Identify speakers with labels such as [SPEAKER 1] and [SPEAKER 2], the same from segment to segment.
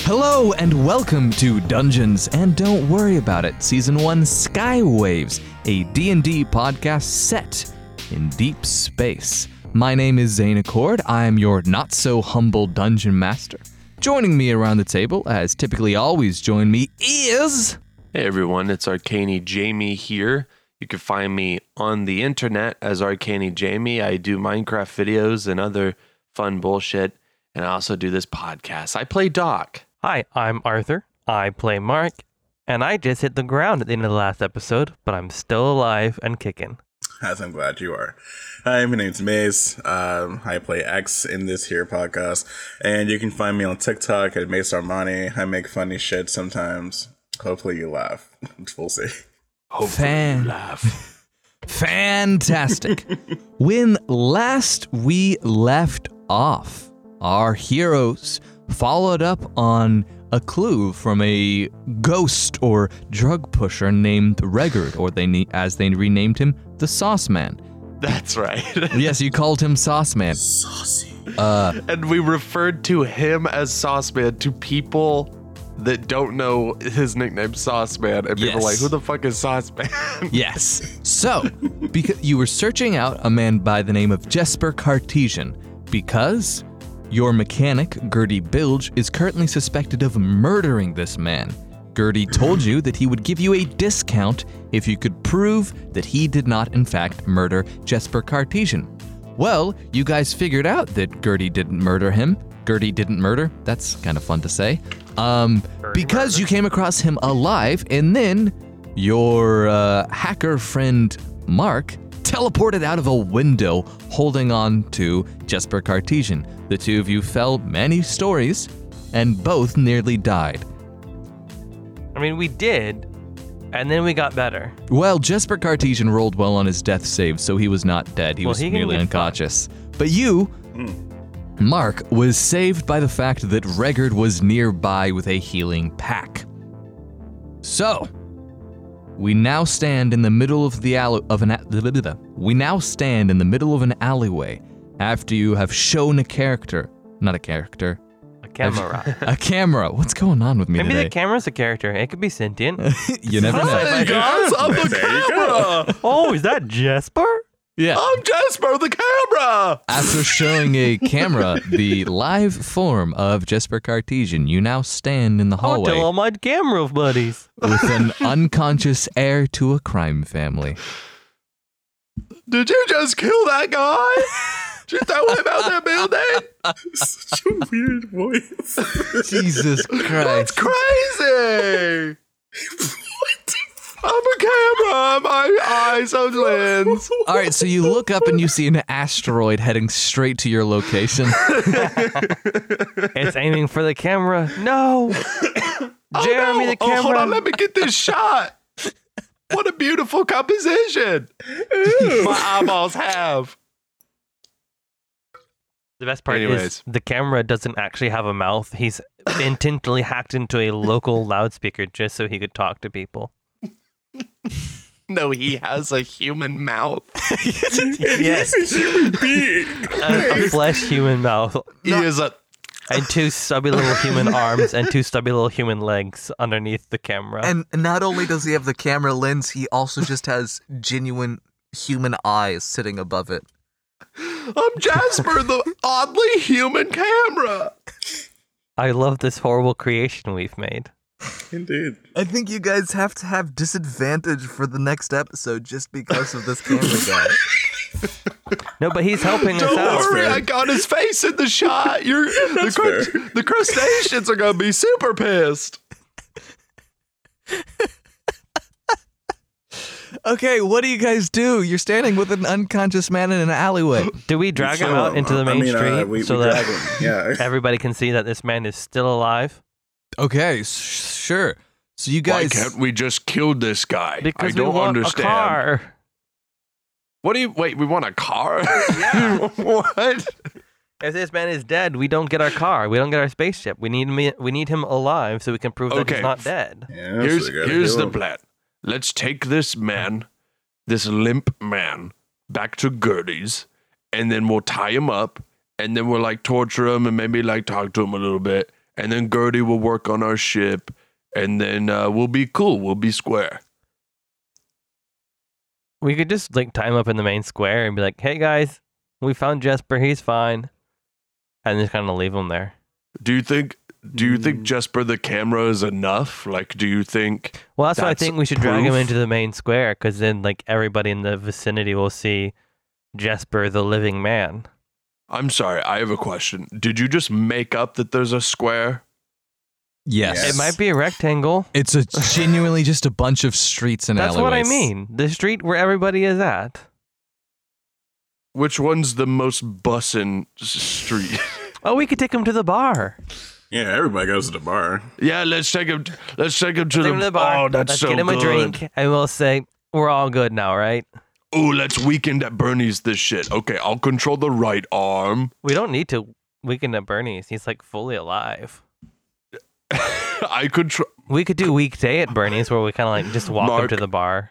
[SPEAKER 1] Hello and welcome to Dungeons and Don't Worry About It, Season 1 Skywaves, a D&D podcast set in deep space. My name is Zane Accord. I am your not-so-humble dungeon master. Joining me around the table, as typically always join me, is...
[SPEAKER 2] Hey everyone, it's Arcany Jamie here. You can find me on the internet as Arcany Jamie. I do Minecraft videos and other fun bullshit, and I also do this podcast. I play Doc.
[SPEAKER 3] Hi, I'm Arthur. I play Mark, and I just hit the ground at the end of the last episode, but I'm still alive and kicking.
[SPEAKER 4] As I'm glad you are. Hi, my name's Mace. Um, I play X in this here podcast, and you can find me on TikTok at Mace Armani. I make funny shit sometimes. Hopefully, you laugh. we'll see.
[SPEAKER 2] Hopefully
[SPEAKER 1] Fan.
[SPEAKER 2] you laugh.
[SPEAKER 1] Fantastic. when last we left off, our heroes followed up on a clue from a ghost or drug pusher named Regard, or they ne- as they renamed him, the Sauce Man.
[SPEAKER 2] That's right.
[SPEAKER 1] Yes, you called him Sauce Man.
[SPEAKER 4] Saucy.
[SPEAKER 1] Uh,
[SPEAKER 2] and we referred to him as Sauce Man to people that don't know his nickname Sauce Man, and people are
[SPEAKER 1] Yes.
[SPEAKER 2] like, "Who the fuck is Sauce Man?"
[SPEAKER 1] yes. So, because you were searching out a man by the name of Jesper Cartesian, because your mechanic, Gertie Bilge, is currently suspected of murdering this man. Gertie told you that he would give you a discount if you could prove that he did not, in fact, murder Jesper Cartesian. Well, you guys figured out that Gertie didn't murder him. Gertie didn't murder. That's kind of fun to say. Um, because you came across him alive, and then your uh, hacker friend Mark teleported out of a window holding on to Jesper Cartesian. The two of you fell many stories and both nearly died.
[SPEAKER 3] I mean, we did, and then we got better.
[SPEAKER 1] Well, Jesper Cartesian rolled well on his death save, so he was not dead. He
[SPEAKER 3] Well,
[SPEAKER 1] was
[SPEAKER 3] he can
[SPEAKER 1] merely
[SPEAKER 3] live
[SPEAKER 1] unconscious. But you, Mark, was saved by the fact that Regard was nearby with a healing pack. So, we now stand in the middle of the alley of an a- blah, blah, blah, blah. we now stand in the middle of an alleyway after you have shown a character, not a character,
[SPEAKER 3] A camera.
[SPEAKER 1] a camera. What's going on with me
[SPEAKER 3] Maybe
[SPEAKER 1] today?
[SPEAKER 3] the camera's a character. It could be sentient.
[SPEAKER 1] you never know.
[SPEAKER 2] Hey guys, I'm the
[SPEAKER 4] There you go.
[SPEAKER 2] camera.
[SPEAKER 3] oh, is that Jesper?
[SPEAKER 1] Yeah.
[SPEAKER 2] I'm Jasper the camera.
[SPEAKER 1] After showing a camera the live form of Jesper Cartesian, you now stand in the
[SPEAKER 3] I want to
[SPEAKER 1] hallway
[SPEAKER 3] tell all my camera buddies.
[SPEAKER 1] with an unconscious heir to a crime family.
[SPEAKER 2] Did you just kill that guy? Did you throw him out that building?
[SPEAKER 4] Such a weird voice.
[SPEAKER 1] Jesus
[SPEAKER 2] That's
[SPEAKER 1] Christ.
[SPEAKER 2] crazy. I'm a camera. My eyes are lens.
[SPEAKER 1] All right, so you look up and you see an asteroid heading straight to your location.
[SPEAKER 3] It's aiming for the camera. No. Uh, Jeremy,
[SPEAKER 2] oh, no.
[SPEAKER 3] the camera.
[SPEAKER 2] Oh, hold on. Let me get this shot. What a beautiful composition. My eyeballs have.
[SPEAKER 3] The best part
[SPEAKER 2] Anyways.
[SPEAKER 3] is the camera doesn't actually have a mouth. He's intentionally hacked into a local loudspeaker just so he could talk to people.
[SPEAKER 2] No, he has a human mouth.
[SPEAKER 3] Yes,
[SPEAKER 4] He's a human being.
[SPEAKER 3] a, a flesh human mouth
[SPEAKER 2] He is a.
[SPEAKER 3] and two stubby little human arms and two stubby little human legs underneath the camera.
[SPEAKER 1] And not only does he have the camera lens, he also just has genuine human eyes sitting above it.
[SPEAKER 2] I'm Jasper, the oddly human camera.
[SPEAKER 3] I love this horrible creation we've made.
[SPEAKER 4] Indeed.
[SPEAKER 1] I think you guys have to have disadvantage for the next episode just because of this camera guy.
[SPEAKER 3] No, but he's helping us
[SPEAKER 2] Don't
[SPEAKER 3] out.
[SPEAKER 2] worry,
[SPEAKER 4] fair.
[SPEAKER 2] I got his face in the shot. You're the,
[SPEAKER 4] That's
[SPEAKER 2] cru-
[SPEAKER 4] fair.
[SPEAKER 2] the crustaceans are gonna be super pissed.
[SPEAKER 1] Okay, what do you guys do? You're standing with an unconscious man in an alleyway.
[SPEAKER 3] Do we drag him out into the main
[SPEAKER 4] I mean,
[SPEAKER 3] street
[SPEAKER 4] Uh, we,
[SPEAKER 3] so
[SPEAKER 4] we drag
[SPEAKER 3] that
[SPEAKER 4] him. Yeah.
[SPEAKER 3] everybody can see that this man is still alive?
[SPEAKER 1] Okay, s- sure. So you guys,
[SPEAKER 2] we just kill this guy?
[SPEAKER 3] Because we want a car.
[SPEAKER 2] What do you wait? We want a car? what?
[SPEAKER 3] If this man is dead, we don't get our car. We don't get our spaceship. We need me, we need him alive so we can prove that
[SPEAKER 2] Okay.
[SPEAKER 3] he's not dead.
[SPEAKER 4] yeah
[SPEAKER 2] here's
[SPEAKER 4] so we gotta
[SPEAKER 2] here's
[SPEAKER 4] do
[SPEAKER 2] the
[SPEAKER 4] him.
[SPEAKER 2] plan. Let's take this man, this limp man, back to Gertie's, and then we'll tie him up, and then we'll like torture him and maybe like talk to him a little bit, and then Gertie will work on our ship, and then uh, we'll be cool. We'll be square.
[SPEAKER 3] We could just like tie him up in the main square and be like, "Hey guys, we found Jesper. He's fine," and just kind of leave him there.
[SPEAKER 2] Do you think? Do you think Jesper the camera is enough? Like, do you think?
[SPEAKER 3] Well, that's, why I
[SPEAKER 2] That's
[SPEAKER 3] think we should drag him
[SPEAKER 2] proof.
[SPEAKER 3] into the main square because then like everybody in the vicinity will see Jesper the living man.
[SPEAKER 2] I'm sorry, I have a question. Did you just make up that there's a square?
[SPEAKER 1] Yes.
[SPEAKER 3] It might be a rectangle.
[SPEAKER 1] It's a genuinely just a bunch of streets and
[SPEAKER 3] That's
[SPEAKER 1] alleyways.
[SPEAKER 3] what I mean. The street where everybody is at.
[SPEAKER 2] Which one's the most bussin' s- street?
[SPEAKER 3] Oh, we could take him to the bar.
[SPEAKER 4] Yeah, everybody goes to the bar.
[SPEAKER 2] yeah, let's take him. Let's take him to
[SPEAKER 3] Take
[SPEAKER 2] the,
[SPEAKER 3] him to the bar.
[SPEAKER 2] Oh, that's
[SPEAKER 3] Let's
[SPEAKER 2] so
[SPEAKER 3] get him
[SPEAKER 2] good.
[SPEAKER 3] a drink, and we'll say we're all good now, right?
[SPEAKER 2] Ooh, let's weekend at Bernie's this shit. Okay, I'll control the right arm.
[SPEAKER 3] We don't need to weaken at Bernie's. He's like fully alive.
[SPEAKER 2] I control.
[SPEAKER 3] We could do weekday at Bernie's where we kind of like just walk him
[SPEAKER 2] Mark.
[SPEAKER 3] to the bar.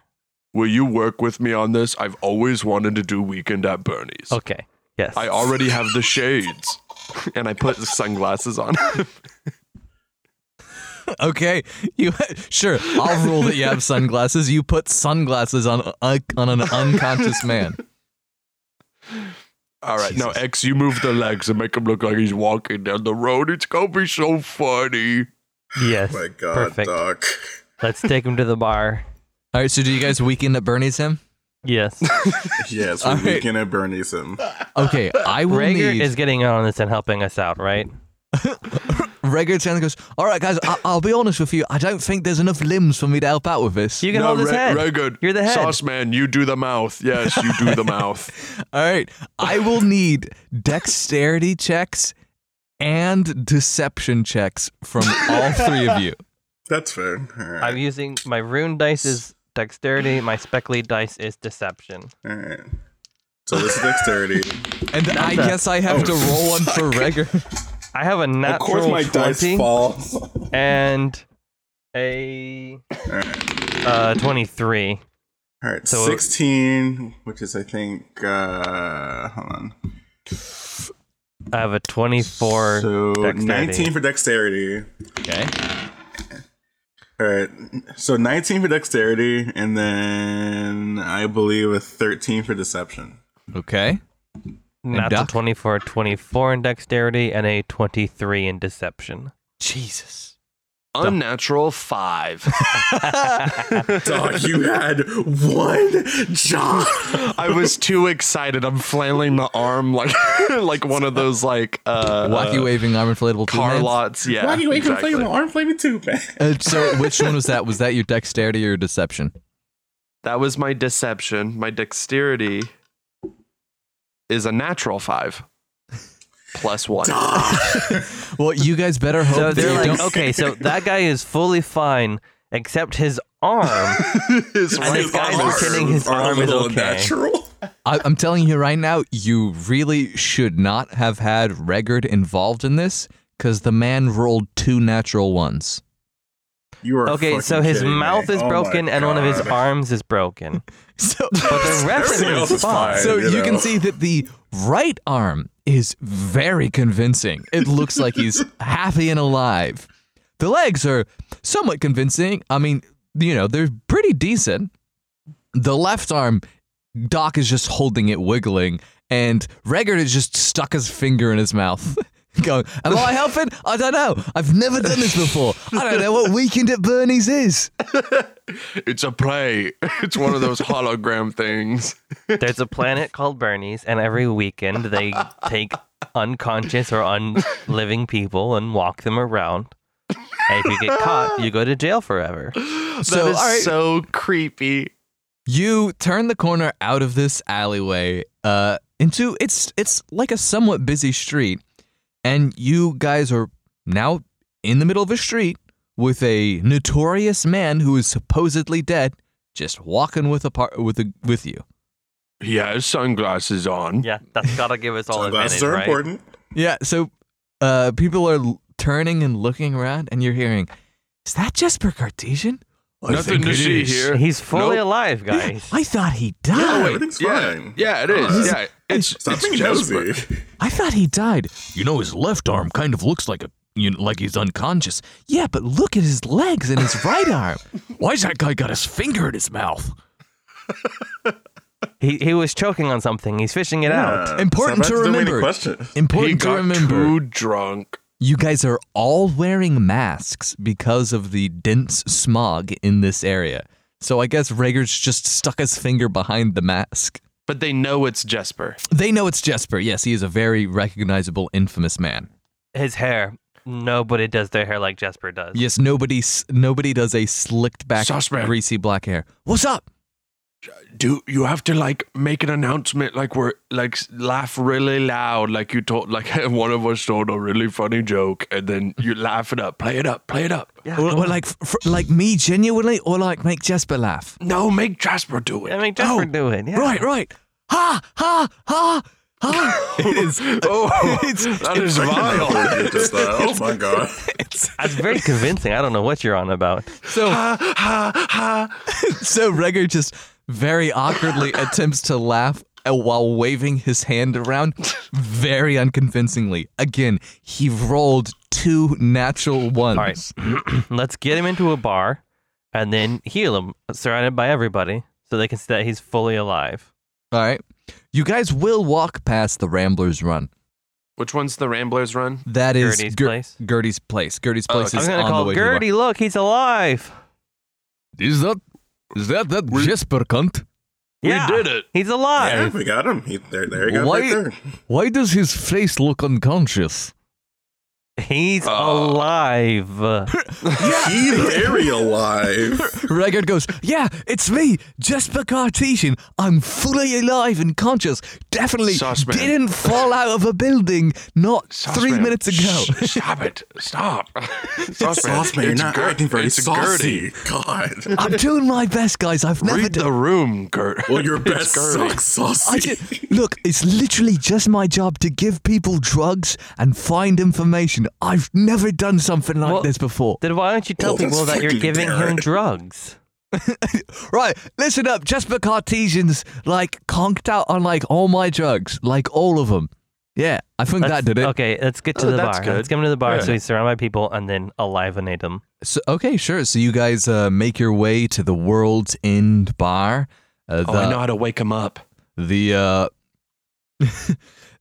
[SPEAKER 2] Will you work with me on this? I've always wanted to do weekend at Bernie's.
[SPEAKER 3] Okay. Yes.
[SPEAKER 2] I already have the shades, and I put sunglasses on.
[SPEAKER 1] Okay, you sure? I'll rule that you have sunglasses. You put sunglasses on a, on an unconscious man.
[SPEAKER 2] All right, now
[SPEAKER 1] Jesus.
[SPEAKER 2] X, you move the legs and make him look like he's walking down the road. It's gonna be so funny.
[SPEAKER 3] yes.
[SPEAKER 4] Oh My God, uh.
[SPEAKER 3] Perfect.
[SPEAKER 4] Doc.
[SPEAKER 3] Let's take him to the bar.
[SPEAKER 1] All right, so do you guys weekend at Bernie's him?
[SPEAKER 3] Yes.
[SPEAKER 4] Yes,
[SPEAKER 1] All
[SPEAKER 4] we're
[SPEAKER 1] right.
[SPEAKER 4] weekend at Bernie's. Him.
[SPEAKER 1] Okay, I will
[SPEAKER 3] Rager
[SPEAKER 1] need.
[SPEAKER 3] is getting in on this and helping us out, right?
[SPEAKER 1] Rager turns and goes. All right, guys, I- I'll be honest with you. I don't think there's enough limbs for me to help out with this.
[SPEAKER 3] You can hold his
[SPEAKER 2] Re-
[SPEAKER 3] head.
[SPEAKER 2] Regan,
[SPEAKER 3] You're the head.
[SPEAKER 2] Sauce man, you do the mouth. Yes, you do the mouth.
[SPEAKER 1] All right, I will need dexterity checks and deception checks from all three of you.
[SPEAKER 4] That's fair. All right.
[SPEAKER 3] I'm using my rune dice is dexterity, my speckly dice is deception.
[SPEAKER 4] All right. So this is dexterity.
[SPEAKER 1] And I guess I have
[SPEAKER 4] Oh,
[SPEAKER 1] to roll one for Rager.
[SPEAKER 3] I have a
[SPEAKER 4] of
[SPEAKER 3] natural
[SPEAKER 4] course, my
[SPEAKER 3] 20
[SPEAKER 4] dice falls. All
[SPEAKER 3] and a
[SPEAKER 4] right.
[SPEAKER 3] uh, 23.
[SPEAKER 4] All right.
[SPEAKER 3] So- uh,
[SPEAKER 4] Sixteen, which is I think. uh Hold on.
[SPEAKER 3] I have a 24
[SPEAKER 4] So
[SPEAKER 3] dexterity.
[SPEAKER 4] nineteen for dexterity.
[SPEAKER 1] Okay.
[SPEAKER 4] All right. So nineteen for dexterity, and then I believe a thirteen for deception.
[SPEAKER 1] Okay.
[SPEAKER 3] Natural
[SPEAKER 1] duck.
[SPEAKER 3] 24, 24 in dexterity, and a 23 in deception.
[SPEAKER 1] Jesus.
[SPEAKER 2] Unnatural five.
[SPEAKER 4] Dog, you had one job.
[SPEAKER 2] I was too excited. I'm flailing the arm like like one of those like uh,
[SPEAKER 1] Wacky
[SPEAKER 2] uh,
[SPEAKER 1] waving arm inflatable. two
[SPEAKER 2] car
[SPEAKER 1] hands.
[SPEAKER 2] lots. Yeah,
[SPEAKER 4] Why do you wait for
[SPEAKER 2] exactly.
[SPEAKER 4] flaming arm flaming too, man?
[SPEAKER 1] Uh, so which one was that? Was that your dexterity or your deception?
[SPEAKER 2] That was my deception. My dexterity is a natural five plus one.
[SPEAKER 1] Well, you guys better hope
[SPEAKER 3] So
[SPEAKER 1] that you
[SPEAKER 3] they're like,
[SPEAKER 1] don't.
[SPEAKER 3] okay, so that guy is fully fine, except his arm.
[SPEAKER 2] His
[SPEAKER 3] And this
[SPEAKER 2] right
[SPEAKER 3] guy's
[SPEAKER 2] arm.
[SPEAKER 3] pretending his arm is okay.
[SPEAKER 4] Natural.
[SPEAKER 1] I, I'm telling you right now, you really should not have had Regard involved in this because the man rolled two natural ones.
[SPEAKER 4] You are
[SPEAKER 3] Okay,
[SPEAKER 4] fucking
[SPEAKER 3] so his
[SPEAKER 4] kidding me.
[SPEAKER 3] mouth is
[SPEAKER 4] Oh my
[SPEAKER 3] broken and one of his
[SPEAKER 4] God.
[SPEAKER 3] arms is broken.
[SPEAKER 1] So,
[SPEAKER 3] But the rest
[SPEAKER 4] Everything
[SPEAKER 3] of
[SPEAKER 4] else
[SPEAKER 3] him is
[SPEAKER 4] is
[SPEAKER 3] fine.
[SPEAKER 4] fine.
[SPEAKER 1] so
[SPEAKER 4] you
[SPEAKER 1] you can
[SPEAKER 4] know.
[SPEAKER 1] see that the right arm is very convincing. It looks like he's happy and alive. The legs are somewhat convincing. I mean, you know, they're pretty decent. The left arm, Doc is just holding it, wiggling, and Regard has just stuck his finger in his mouth. Going, am I helping? I don't know. I've never done this before. I don't know what weekend at Bernie's is.
[SPEAKER 2] It's a play. It's one of those hologram things.
[SPEAKER 3] There's a planet called Bernie's, and every weekend they take unconscious or unliving people and walk them around. And if you get caught, you go to jail forever.
[SPEAKER 1] So,
[SPEAKER 2] that is
[SPEAKER 1] all right.
[SPEAKER 2] so creepy.
[SPEAKER 1] You turn the corner out of this alleyway uh, into it's it's like a somewhat busy street, and you guys are now in the middle of a street with a notorious man who is supposedly dead, just walking with a par- with a, with you.
[SPEAKER 2] He has sunglasses on.
[SPEAKER 3] Yeah, that's gotta give us all
[SPEAKER 4] Sunglasses
[SPEAKER 3] advantage,
[SPEAKER 4] are
[SPEAKER 3] right?
[SPEAKER 4] important.
[SPEAKER 1] Yeah. So uh, people are l- turning and looking around, and you're hearing, "Is that Jesper Cartesian?" "I
[SPEAKER 2] Nothing
[SPEAKER 1] think
[SPEAKER 2] to
[SPEAKER 1] it
[SPEAKER 2] see
[SPEAKER 1] is."
[SPEAKER 2] here.
[SPEAKER 3] He's fully
[SPEAKER 2] Nope.
[SPEAKER 3] alive, guys.
[SPEAKER 1] I thought he died.
[SPEAKER 4] everything's
[SPEAKER 2] yeah,
[SPEAKER 4] fine.
[SPEAKER 2] yeah, it is. Yeah, it's
[SPEAKER 4] Stop
[SPEAKER 2] it's
[SPEAKER 4] being
[SPEAKER 2] Jesper.
[SPEAKER 4] nosy.
[SPEAKER 1] I thought he died. You know, his left arm kind of looks like a you know, like he's unconscious. Yeah, but look at his legs and his right arm. Why's that guy got his finger in his mouth?
[SPEAKER 3] He, he was choking on something. He's fishing it out.
[SPEAKER 4] Yeah.
[SPEAKER 1] Important
[SPEAKER 4] Sometimes
[SPEAKER 1] to
[SPEAKER 4] there's many
[SPEAKER 1] remember.
[SPEAKER 4] questions.
[SPEAKER 2] He
[SPEAKER 1] Important to
[SPEAKER 2] got
[SPEAKER 1] remember.
[SPEAKER 2] too drunk.
[SPEAKER 1] You guys are all wearing masks because of the dense smog in this area. So I guess Rager's just stuck his finger behind the mask.
[SPEAKER 2] But they know it's Jesper.
[SPEAKER 1] They know it's Jesper. Yes, he is a very recognizable, infamous man.
[SPEAKER 3] His hair. Nobody does their hair like Jesper does.
[SPEAKER 1] Yes, nobody s- nobody does a slicked back,
[SPEAKER 2] Sauce man.
[SPEAKER 1] greasy black hair. What's up?
[SPEAKER 2] Do you have to like make an announcement like we're like laugh really loud like you told like one of us told a really funny joke and then you laugh it up. Play it up. Play it up.
[SPEAKER 1] or, or like fr- like me genuinely, or like make Jesper laugh.
[SPEAKER 2] No, make Jasper do it.
[SPEAKER 3] I mean, Jesper
[SPEAKER 1] Oh,
[SPEAKER 3] do it. Yeah.
[SPEAKER 1] Right, right. Ha ha ha ha. it is.
[SPEAKER 2] Oh,
[SPEAKER 1] It's,
[SPEAKER 2] that is vile.
[SPEAKER 4] It just, uh, oh my god.
[SPEAKER 1] it's
[SPEAKER 3] That's very convincing. I don't know what you're on about.
[SPEAKER 1] so. so Regger just very awkwardly attempts to laugh uh, while waving his hand around very unconvincingly. Again, he rolled two natural ones.
[SPEAKER 3] All right. Let's get him into a bar and then heal him, surrounded by everybody, so they can see that he's fully alive.
[SPEAKER 1] All right. You guys will walk past the Ramblers Run.
[SPEAKER 2] Which one's the Ramblers run?
[SPEAKER 1] That is
[SPEAKER 3] Gertie's place?
[SPEAKER 1] Gertie's place. Gertie's
[SPEAKER 2] Oh,
[SPEAKER 1] place
[SPEAKER 2] okay.
[SPEAKER 1] is
[SPEAKER 3] I'm going to
[SPEAKER 1] on the
[SPEAKER 3] call
[SPEAKER 1] way to the bar.
[SPEAKER 3] Gertie. Look, he's alive.
[SPEAKER 1] Is that is that that Jesper cunt?
[SPEAKER 3] yeah,
[SPEAKER 2] We did it.
[SPEAKER 3] He's
[SPEAKER 4] Yeah,
[SPEAKER 3] alive.
[SPEAKER 4] we got him. He, there, there he goes.
[SPEAKER 1] Why-
[SPEAKER 4] Right there.
[SPEAKER 1] Why does his face look unconscious?
[SPEAKER 3] He's
[SPEAKER 2] Oh.
[SPEAKER 3] alive.
[SPEAKER 4] He's very alive.
[SPEAKER 1] Regard goes, yeah, it's me, Jesper Cartesian. I'm fully alive and conscious. Definitely
[SPEAKER 2] Sauce man.
[SPEAKER 1] didn't fall out of a building not three
[SPEAKER 2] Saucepan.
[SPEAKER 1] minutes ago.
[SPEAKER 2] Shh, stop it. Stop.
[SPEAKER 4] Sauce man, you're not acting very saucy. God.
[SPEAKER 1] I'm doing my best, guys. I've never
[SPEAKER 2] Read
[SPEAKER 1] done.
[SPEAKER 2] the room, Gert.
[SPEAKER 4] Well, your
[SPEAKER 2] It's
[SPEAKER 4] best
[SPEAKER 2] Gertie.
[SPEAKER 4] sucks
[SPEAKER 1] I ju-
[SPEAKER 4] saucy.
[SPEAKER 1] look, it's literally just my job to give people drugs and find information. I've never done something like
[SPEAKER 3] Well-
[SPEAKER 1] this before.
[SPEAKER 3] then why don't you tell
[SPEAKER 4] Oh, that's
[SPEAKER 3] people that you're
[SPEAKER 4] fucking
[SPEAKER 3] giving him
[SPEAKER 4] Garrett.
[SPEAKER 3] drugs?
[SPEAKER 1] Right, listen up. Jesper Cartesian's like conked out on like all my drugs, like all of them. Yeah, I think
[SPEAKER 3] Let's-
[SPEAKER 1] that did it.
[SPEAKER 3] Okay, let's get to
[SPEAKER 2] Oh,
[SPEAKER 3] the
[SPEAKER 2] that's
[SPEAKER 3] bar.
[SPEAKER 2] good.
[SPEAKER 3] Let's get him to the bar
[SPEAKER 2] Yeah.
[SPEAKER 3] so he's surrounded by people and then alivenate him.
[SPEAKER 1] So, okay, sure. So you guys uh, make your way to the World's End Bar. Uh, the
[SPEAKER 2] Oh, I know how to wake him up.
[SPEAKER 1] the uh,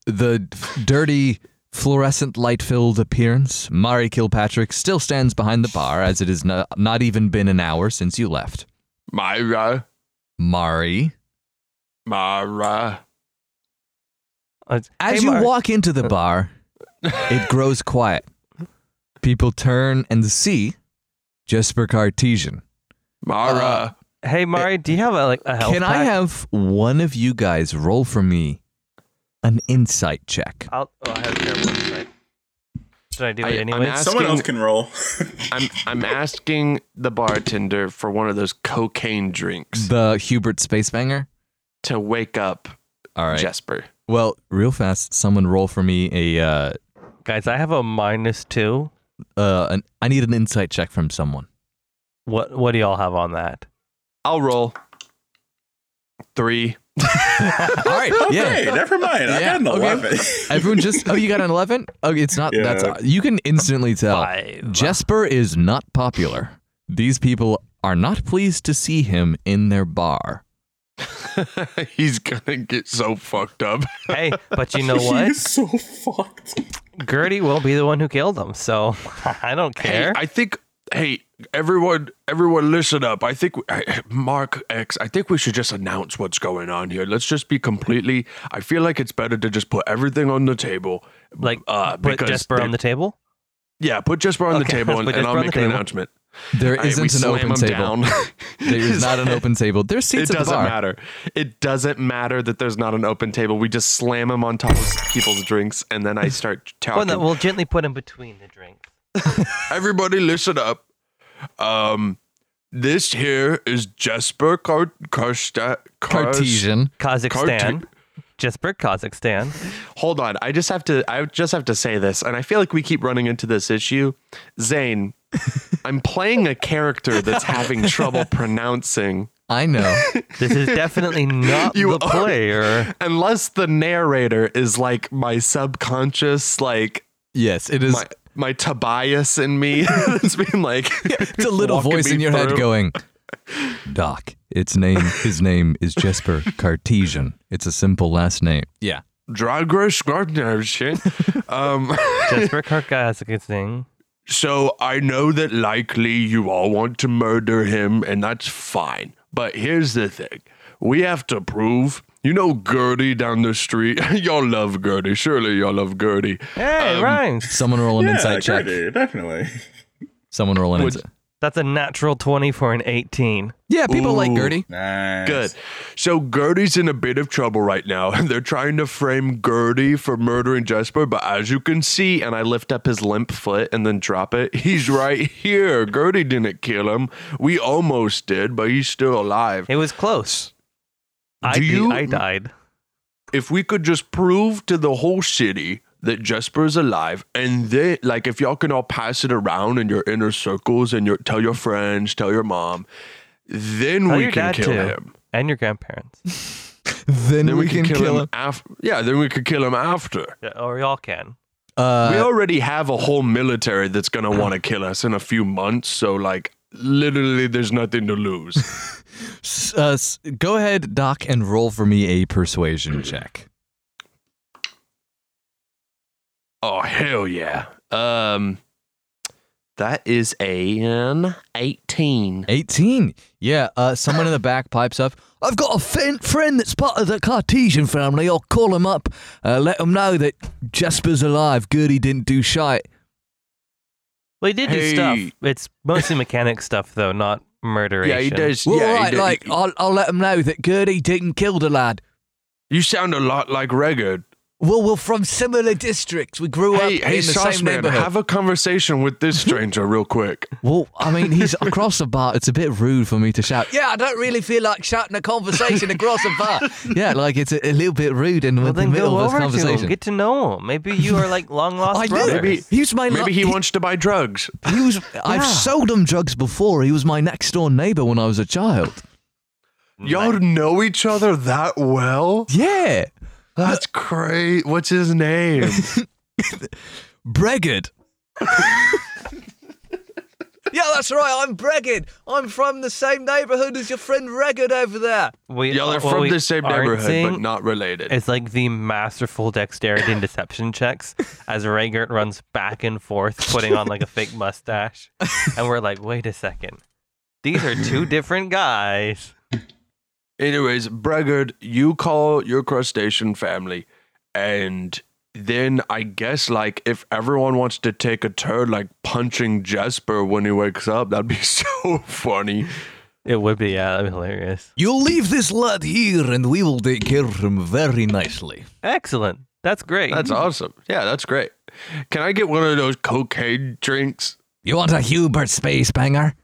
[SPEAKER 1] the dirty fluorescent light-filled appearance. Mari Kilpatrick still stands behind the bar, as it has no, not even been an hour since you left.
[SPEAKER 2] Myra.
[SPEAKER 1] Mari,
[SPEAKER 2] Myra.
[SPEAKER 3] Uh,
[SPEAKER 1] as
[SPEAKER 3] hey,
[SPEAKER 1] you
[SPEAKER 3] Mark, Uh,
[SPEAKER 1] walk into the bar, it grows quiet. People turn and see Jesper Cartesian.
[SPEAKER 2] Myra.
[SPEAKER 3] Hey, Mari, do you have a, like a health
[SPEAKER 1] Can
[SPEAKER 3] pack?
[SPEAKER 1] I have one of you guys roll for me an insight check?
[SPEAKER 3] I'll, oh, I have terrible insight. Should I do
[SPEAKER 2] I- I'm
[SPEAKER 3] it anyway?
[SPEAKER 2] asking-
[SPEAKER 4] Someone else can roll.
[SPEAKER 2] I'm I'm asking the bartender for one of those cocaine drinks
[SPEAKER 1] The Hubert Spacebanger?
[SPEAKER 2] to wake up
[SPEAKER 1] All right.
[SPEAKER 2] Jesper.
[SPEAKER 1] Well, real fast, someone roll for me a uh,
[SPEAKER 3] Guys, I have a minus two.
[SPEAKER 1] uh an I need an insight check from someone.
[SPEAKER 3] What What do y'all have on that?
[SPEAKER 2] I'll roll. Three.
[SPEAKER 1] All right.
[SPEAKER 4] Okay,
[SPEAKER 1] Yeah.
[SPEAKER 4] never mind. I
[SPEAKER 1] Yeah,
[SPEAKER 4] got an
[SPEAKER 1] okay.
[SPEAKER 4] 11.
[SPEAKER 1] Everyone just Oh, you got an 11? Okay, it's not
[SPEAKER 4] Yeah.
[SPEAKER 1] that's you can instantly tell.
[SPEAKER 3] Five.
[SPEAKER 1] Jesper is not popular. These people are not pleased to see him in their bar.
[SPEAKER 2] He's gonna get so fucked up.
[SPEAKER 3] hey, but you know what?
[SPEAKER 4] He's so fucked.
[SPEAKER 3] Gertie will be the one who killed him, so I don't
[SPEAKER 2] Hey,
[SPEAKER 3] care.
[SPEAKER 2] I think. Hey, everyone, everyone, listen up. I think I, Mark X. I think we should just announce what's going on here. Let's just be completely. I feel like it's better to just put everything on the table.
[SPEAKER 3] like,
[SPEAKER 2] uh,
[SPEAKER 3] put
[SPEAKER 2] because
[SPEAKER 3] Jesper
[SPEAKER 2] they-
[SPEAKER 3] on the table.
[SPEAKER 2] Yeah, put Jesper on the
[SPEAKER 3] Okay,
[SPEAKER 2] table,
[SPEAKER 3] let's
[SPEAKER 2] and,
[SPEAKER 3] put
[SPEAKER 2] and I'll
[SPEAKER 3] Jesper on
[SPEAKER 2] make
[SPEAKER 3] the
[SPEAKER 2] an
[SPEAKER 3] table.
[SPEAKER 2] announcement.
[SPEAKER 1] There
[SPEAKER 2] All right, we
[SPEAKER 1] not an
[SPEAKER 2] slam
[SPEAKER 1] open
[SPEAKER 2] him
[SPEAKER 1] table.
[SPEAKER 2] down.
[SPEAKER 1] There is not an open table. There's
[SPEAKER 2] It
[SPEAKER 1] seats at the
[SPEAKER 2] doesn't
[SPEAKER 1] bar.
[SPEAKER 2] matter. It doesn't matter that there's not an open table. We just slam him on top of people's drinks, and then I start
[SPEAKER 3] Well,
[SPEAKER 2] talking.
[SPEAKER 3] no, we'll gently put him between the drinks.
[SPEAKER 2] Everybody, listen up. Um, this here is Jesper Car- Karsta- Kars-
[SPEAKER 1] Cartesian.
[SPEAKER 3] Kazakhstan.
[SPEAKER 2] Cartoon-
[SPEAKER 3] Jesper, Kazakhstan.
[SPEAKER 2] Hold on, I just have to. I just have to say this, and I feel like we keep running into this issue. Zane, I'm playing a character that's having trouble pronouncing.
[SPEAKER 1] I know.
[SPEAKER 3] This is definitely not
[SPEAKER 2] You
[SPEAKER 3] the
[SPEAKER 2] are-
[SPEAKER 3] player.
[SPEAKER 2] Unless the narrator is like my subconscious, like
[SPEAKER 1] yes, it is.
[SPEAKER 2] My- my Tobias in me that's been like
[SPEAKER 1] It's a little
[SPEAKER 2] walking
[SPEAKER 1] voice
[SPEAKER 2] me
[SPEAKER 1] in your head
[SPEAKER 2] through.
[SPEAKER 1] going, Doc, its name, his name is Jesper Cartesian. It's a simple last name. Yeah.
[SPEAKER 2] Dragos Gardner shit. um,
[SPEAKER 3] Jesper Kirk has a good thing.
[SPEAKER 2] so I know that likely you all want to murder him, and that's fine. But here's the thing: we have to prove. You know Gertie down the street. y'all love Gertie. Surely y'all love Gertie.
[SPEAKER 3] Hey,
[SPEAKER 2] Um,
[SPEAKER 3] rhymes.
[SPEAKER 1] Someone roll an
[SPEAKER 4] Yeah,
[SPEAKER 1] insight check.
[SPEAKER 4] Gertie, definitely.
[SPEAKER 1] Someone roll an
[SPEAKER 2] Would-
[SPEAKER 1] insight.
[SPEAKER 3] That's a natural 20 for an 18.
[SPEAKER 1] Yeah, people like Gertie.
[SPEAKER 4] Nice.
[SPEAKER 2] Good. So Gertie's in a bit of trouble right now. They're trying to frame Gertie for murdering Jesper, but as you can see, and I lift up his limp foot and then drop it, he's right here. Gertie didn't kill him. We almost did, but he's still alive.
[SPEAKER 3] It was close. I,
[SPEAKER 2] Do
[SPEAKER 3] di-
[SPEAKER 2] you-
[SPEAKER 3] I died.
[SPEAKER 2] If we could just prove to the whole city that Jesper's alive, and then, like, if y'all can all pass it around in your inner circles and your tell your friends, tell your mom, then
[SPEAKER 3] Tell
[SPEAKER 2] we
[SPEAKER 3] your
[SPEAKER 2] can
[SPEAKER 3] dad
[SPEAKER 2] kill
[SPEAKER 3] Oh, too.
[SPEAKER 2] him.
[SPEAKER 3] And your grandparents.
[SPEAKER 1] Then,
[SPEAKER 2] Then
[SPEAKER 1] we, can, kill, him.
[SPEAKER 2] after. Yeah, then we could kill him after.
[SPEAKER 3] Yeah, or y'all can.
[SPEAKER 2] we
[SPEAKER 1] Uh,
[SPEAKER 2] already have a whole military that's gonna want to kill us in a few months. So like, literally, there's nothing to lose.
[SPEAKER 1] s- uh, s- go ahead, Doc, and roll for me a persuasion check.
[SPEAKER 2] oh hell yeah. Um, that is an eighteen.
[SPEAKER 1] 18. Yeah, uh, someone in the back pipes up. I've got a fin- friend that's part of the Cartesian family. I'll call him up, uh, let him know that Jasper's alive. Gertie didn't do shite.
[SPEAKER 3] Well, he did do stuff.
[SPEAKER 2] Hey.
[SPEAKER 3] It's mostly mechanic stuff, though, not murderation.
[SPEAKER 2] Yeah, he does.
[SPEAKER 1] Well,
[SPEAKER 2] yeah, he
[SPEAKER 1] all right,
[SPEAKER 2] does-
[SPEAKER 1] like, I'll, I'll let him know that Gertie didn't kill the lad.
[SPEAKER 2] you sound a lot like Regard.
[SPEAKER 1] Well, we're from similar districts. We grew
[SPEAKER 2] Hey,
[SPEAKER 1] up
[SPEAKER 2] hey,
[SPEAKER 1] in the
[SPEAKER 2] sauce
[SPEAKER 1] same
[SPEAKER 2] man,
[SPEAKER 1] neighborhood.
[SPEAKER 2] have a conversation with this stranger real quick.
[SPEAKER 1] Well, I mean, he's across the bar. It's a bit rude for me to shout. Yeah, I don't really feel like shouting a conversation across a bar. Yeah, like it's a, a little bit rude in
[SPEAKER 3] Well,
[SPEAKER 1] the
[SPEAKER 3] then
[SPEAKER 1] middle
[SPEAKER 3] go
[SPEAKER 1] of this
[SPEAKER 3] over to
[SPEAKER 1] conversation.
[SPEAKER 3] him. Get to know him. Maybe you are like long
[SPEAKER 1] I
[SPEAKER 3] lost
[SPEAKER 1] did.
[SPEAKER 3] brothers.
[SPEAKER 2] Maybe-
[SPEAKER 1] He's my
[SPEAKER 2] Maybe he
[SPEAKER 1] lo-
[SPEAKER 2] wants to buy drugs.
[SPEAKER 1] He was. I've sold him drugs before. He was my next door neighbor when I was a child.
[SPEAKER 2] Y'all know each other that well?
[SPEAKER 1] Yeah,
[SPEAKER 2] That's great. What's his name?
[SPEAKER 1] Bregard. yeah, that's right. I'm Bregard. I'm from the same neighborhood as your friend Regard over there.
[SPEAKER 3] We,
[SPEAKER 2] Y'all are
[SPEAKER 3] what
[SPEAKER 2] from
[SPEAKER 3] we
[SPEAKER 2] the same
[SPEAKER 3] aren't
[SPEAKER 2] neighborhood, but
[SPEAKER 3] seeing
[SPEAKER 2] not related.
[SPEAKER 3] is like the masterful dexterity and deception checks as Raygert runs back and forth, putting on like a fake mustache. And we're like, wait a second. These are two different guys.
[SPEAKER 2] Anyways, Bregard, you call your crustacean family, and then I guess like if everyone wants to take a turn, like punching Jesper when he wakes up, that'd be so funny.
[SPEAKER 3] It would be, yeah, that'd be hilarious.
[SPEAKER 1] You'll leave this lad here, and we will take care of him very nicely.
[SPEAKER 3] Excellent. That's great.
[SPEAKER 2] That's awesome. Yeah, that's great. Can I get one of those cocaine drinks?
[SPEAKER 1] You want a Hubert space banger?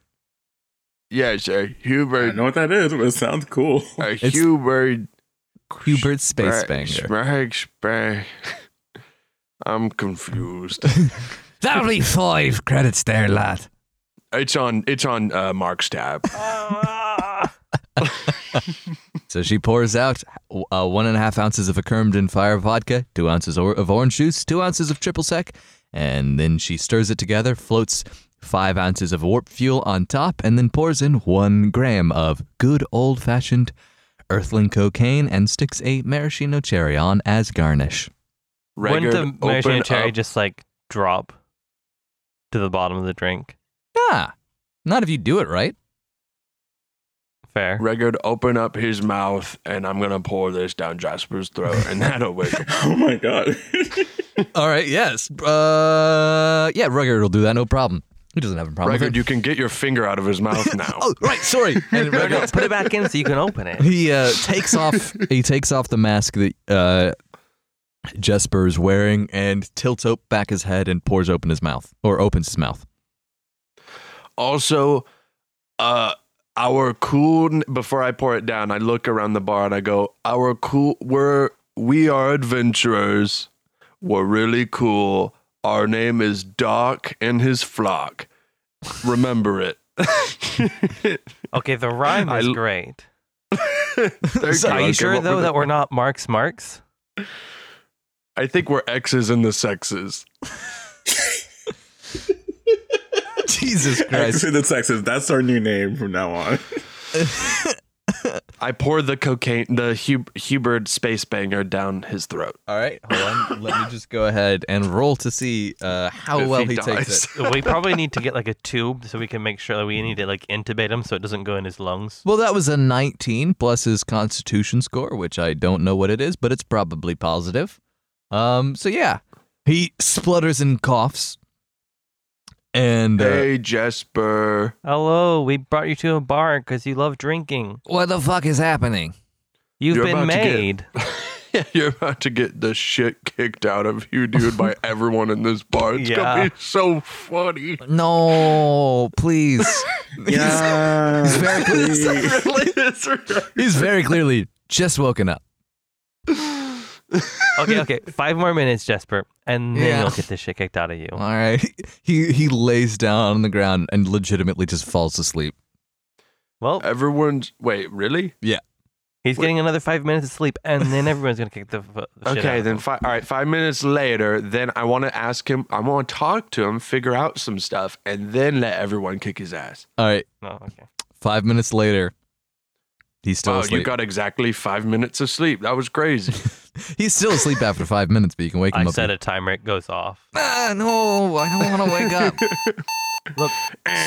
[SPEAKER 2] Yeah, sure.
[SPEAKER 4] I
[SPEAKER 2] Hubert,
[SPEAKER 4] don't know what that is, but it sounds cool.
[SPEAKER 2] a Hubert
[SPEAKER 1] Hubert space
[SPEAKER 2] Spra- Sprag- Sprag- I'm confused.
[SPEAKER 1] That'll be five credits there, lad.
[SPEAKER 2] it's on. It's on uh, Mark's tab.
[SPEAKER 3] Ah.
[SPEAKER 1] So she pours out uh, one and a half ounces of a Kermden Fire vodka, two ounces or- of orange juice, two ounces of triple sec, and then she stirs it together, floats five ounces of warp fuel on top, and then pours in one gram of good old fashioned earthling cocaine and sticks a maraschino cherry on as garnish.
[SPEAKER 2] Ragged,
[SPEAKER 3] Wouldn't the maraschino
[SPEAKER 2] open
[SPEAKER 3] cherry
[SPEAKER 2] up.
[SPEAKER 3] just like drop to the bottom of the drink?
[SPEAKER 1] Yeah, Ah, not if you do it right.
[SPEAKER 3] Fair.
[SPEAKER 2] Regard open up his mouth, and I'm gonna pour this down Jasper's throat, and that'll wake him.
[SPEAKER 4] Oh my god.
[SPEAKER 1] All right, yes. Uh, yeah, Rugged will do that, no problem. He doesn't have a problem
[SPEAKER 2] Regard,
[SPEAKER 1] with it.
[SPEAKER 2] you can get your finger out of his mouth now.
[SPEAKER 1] Oh, right, sorry. And
[SPEAKER 3] No,
[SPEAKER 1] Rugged-
[SPEAKER 3] no, put it back in so you can open it.
[SPEAKER 1] he uh, takes off he takes off the mask that uh, Jesper is wearing and tilts op- back his head and pours open his mouth or opens his mouth.
[SPEAKER 2] Also, uh, our cool. Before I pour it down, I look around the bar and I go, "Our cool. We're we are adventurers. We're really cool. Our name is Doc and his flock. Remember it."
[SPEAKER 3] Okay, the rhyme
[SPEAKER 2] I
[SPEAKER 3] is
[SPEAKER 2] l-
[SPEAKER 3] great.
[SPEAKER 2] Thank
[SPEAKER 1] So
[SPEAKER 2] you.
[SPEAKER 3] Are
[SPEAKER 2] I
[SPEAKER 3] you
[SPEAKER 2] came
[SPEAKER 3] sure
[SPEAKER 2] up with
[SPEAKER 3] though
[SPEAKER 2] it.
[SPEAKER 3] that we're not Mark's marks?
[SPEAKER 2] I think we're X's in the sexes.
[SPEAKER 1] Jesus Christ.
[SPEAKER 4] Actually, the Texas. That's our new name from now on.
[SPEAKER 2] I pour the cocaine, the Hub- Hubert space banger down his throat.
[SPEAKER 1] All right, hold on. Let me just go ahead and roll to see uh, how
[SPEAKER 2] If
[SPEAKER 1] well
[SPEAKER 2] he
[SPEAKER 1] he takes
[SPEAKER 2] dies.
[SPEAKER 1] it.
[SPEAKER 3] we probably need to get like a tube so we can make sure that we need to like intubate him so it doesn't go in his lungs.
[SPEAKER 1] Well, that was a 19 plus his constitution score, which I don't know what it is, but it's probably positive. Um, so yeah, he splutters and coughs, and uh,
[SPEAKER 2] Hey, Jesper.
[SPEAKER 3] Hello, we brought you to a bar because you love drinking.
[SPEAKER 1] what the fuck is happening?
[SPEAKER 3] You've
[SPEAKER 2] You're
[SPEAKER 3] been
[SPEAKER 2] about to get-
[SPEAKER 3] made.
[SPEAKER 2] You're about to get the shit kicked out of you, dude, by everyone in this bar. It's
[SPEAKER 3] Yeah.
[SPEAKER 2] gonna be so funny.
[SPEAKER 1] No, please.
[SPEAKER 4] Yeah.
[SPEAKER 2] Really, it's really-
[SPEAKER 1] He's very clearly just woken up.
[SPEAKER 3] okay, okay. Five more minutes, Jesper, and then
[SPEAKER 1] Yeah.
[SPEAKER 3] you'll get this shit kicked out of you.
[SPEAKER 1] All right, he he lays down on the ground and legitimately just falls asleep.
[SPEAKER 3] Well,
[SPEAKER 2] Everyone's wait, really?
[SPEAKER 3] he's getting another five minutes of sleep, and then everyone's gonna kick the, fu- the shit out
[SPEAKER 2] Okay,
[SPEAKER 3] of
[SPEAKER 2] then
[SPEAKER 3] him.
[SPEAKER 2] five. All right, five minutes later, then I want to ask him. I want to talk to him, figure out some stuff, and then let everyone kick his ass.
[SPEAKER 1] All right,
[SPEAKER 3] No, Oh, okay.
[SPEAKER 1] five minutes later, he's still
[SPEAKER 2] Wow,
[SPEAKER 1] asleep.
[SPEAKER 2] you got exactly five minutes of sleep. That was crazy.
[SPEAKER 1] He's still asleep after five minutes, but you can wake him
[SPEAKER 3] I
[SPEAKER 1] up.
[SPEAKER 3] set a timer; it goes off.
[SPEAKER 1] Ah, no, I don't want to wake up.
[SPEAKER 3] Look,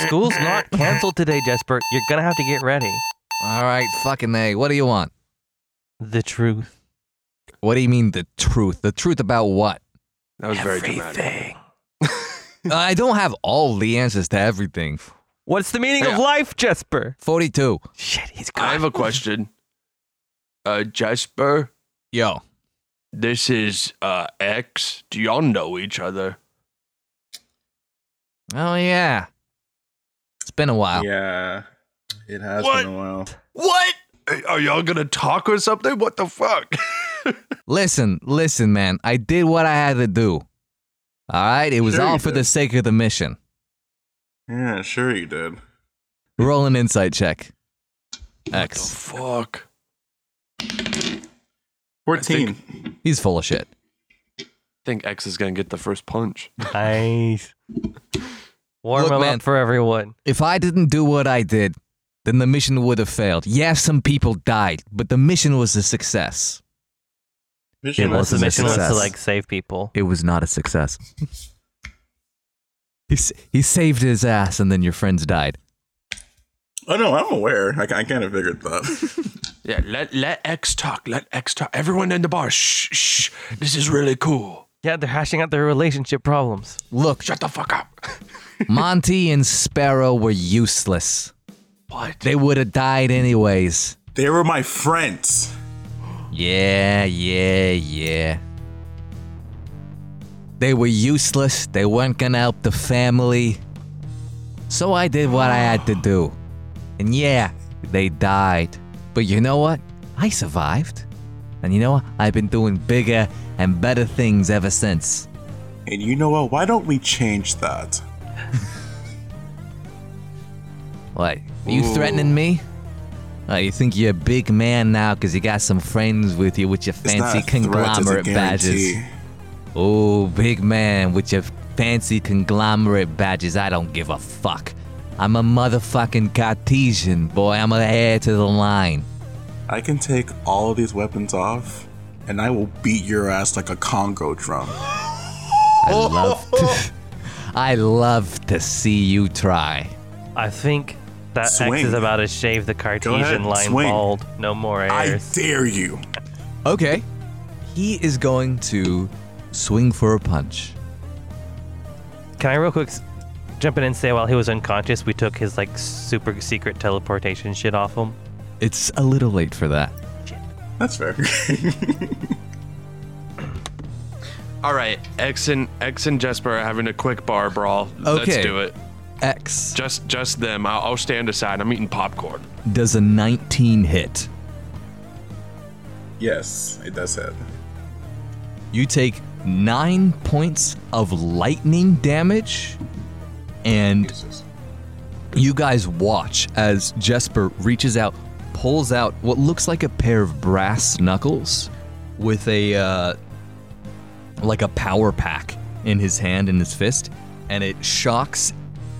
[SPEAKER 3] school's not canceled today, Jesper. You're gonna have to get ready.
[SPEAKER 1] All right, fucking A. What do you want?
[SPEAKER 3] The truth.
[SPEAKER 1] What do you mean the truth? The truth about what?
[SPEAKER 2] That was very dramatic.
[SPEAKER 3] Everything.
[SPEAKER 1] I don't have all the answers to everything.
[SPEAKER 3] What's the meaning
[SPEAKER 2] Yeah.
[SPEAKER 3] of life, Jesper?
[SPEAKER 1] 42.
[SPEAKER 3] Shit, he's
[SPEAKER 2] I have a question. Uh, Jasper,
[SPEAKER 1] Yo.
[SPEAKER 2] this is uh X. Do y'all know each other?
[SPEAKER 1] Oh, yeah. It's been a while.
[SPEAKER 4] Yeah. It has
[SPEAKER 2] What?
[SPEAKER 4] been a while.
[SPEAKER 2] What? Are y'all gonna talk or something? What the fuck?
[SPEAKER 1] Listen, listen, man. I did what I had to do. All right? It was
[SPEAKER 4] Sure
[SPEAKER 1] all
[SPEAKER 4] you
[SPEAKER 1] for
[SPEAKER 4] did.
[SPEAKER 1] the sake of the mission.
[SPEAKER 4] Yeah, sure you did.
[SPEAKER 1] Roll an insight check.
[SPEAKER 2] the
[SPEAKER 1] X.
[SPEAKER 2] fuck?
[SPEAKER 4] 14.
[SPEAKER 1] He's full of shit.
[SPEAKER 2] I think X is gonna get the first punch.
[SPEAKER 3] Nice. Warm
[SPEAKER 1] Look,
[SPEAKER 3] him
[SPEAKER 1] man.
[SPEAKER 3] up for everyone.
[SPEAKER 1] If I didn't do what I did, then the mission would have failed. Yes, some people died, but the mission was a success. It
[SPEAKER 4] Vision was
[SPEAKER 1] was
[SPEAKER 3] the
[SPEAKER 1] a
[SPEAKER 3] mission was to
[SPEAKER 1] success.
[SPEAKER 3] like save people.
[SPEAKER 1] It was not a success. he, s- he saved his ass and then your friends died.
[SPEAKER 4] Oh no, I'm aware. I, I kind of figured that.
[SPEAKER 2] Yeah, let let X talk. Let X talk. Everyone in the bar. Shh, shh. This is really cool.
[SPEAKER 3] Yeah, they're hashing out their relationship problems.
[SPEAKER 1] Look,
[SPEAKER 2] Shut the fuck up.
[SPEAKER 1] Monty and Sparrow were useless.
[SPEAKER 2] What?
[SPEAKER 1] They would have died anyways.
[SPEAKER 4] they were my friends.
[SPEAKER 1] Yeah, yeah, yeah. They were useless. They weren't gonna help the family. So I did what I had to do. And yeah, they died. But you know what? I survived. And you know what? I've been doing bigger and better things ever since.
[SPEAKER 4] And you know what? Why don't we change that?
[SPEAKER 1] What? Are you threatening me? Oh, you think you're a big man now because you got some friends with you with your
[SPEAKER 4] It's not
[SPEAKER 1] fancy
[SPEAKER 4] a threat, it's a
[SPEAKER 1] conglomerate badges.
[SPEAKER 4] guarantee.
[SPEAKER 1] Oh, big man with your fancy conglomerate badges, I don't give a fuck. I'm a motherfucking Cartesian, boy. I'm a heir to the line.
[SPEAKER 4] I can take all of these weapons off, and I will beat your ass like a Congo drum.
[SPEAKER 1] I love to, I love to see you try.
[SPEAKER 3] I think that X
[SPEAKER 4] Swing.
[SPEAKER 3] is about to shave the
[SPEAKER 4] ahead,
[SPEAKER 3] Cartesian line
[SPEAKER 4] swing.
[SPEAKER 3] bald. No more
[SPEAKER 4] I
[SPEAKER 3] airs.
[SPEAKER 4] dare you.
[SPEAKER 1] Okay. He is going to swing for a punch.
[SPEAKER 3] Can I real quick s- jump in and say while he was unconscious, we took his like super secret teleportation shit off him?
[SPEAKER 1] It's a little late for that.
[SPEAKER 4] That's fair.
[SPEAKER 2] All right, X and X and Jesper are having a quick bar brawl.
[SPEAKER 1] Okay.
[SPEAKER 2] Let's do it.
[SPEAKER 1] X
[SPEAKER 2] Just just them. I'll, I'll stand aside. I'm eating popcorn.
[SPEAKER 1] does a 19 hit.
[SPEAKER 4] yes, it does hit.
[SPEAKER 1] You take nine points of lightning damage, and you guys watch as Jesper reaches out, pulls out what looks like a pair of brass knuckles with a uh, like a power pack in his hand in his fist, and it shocks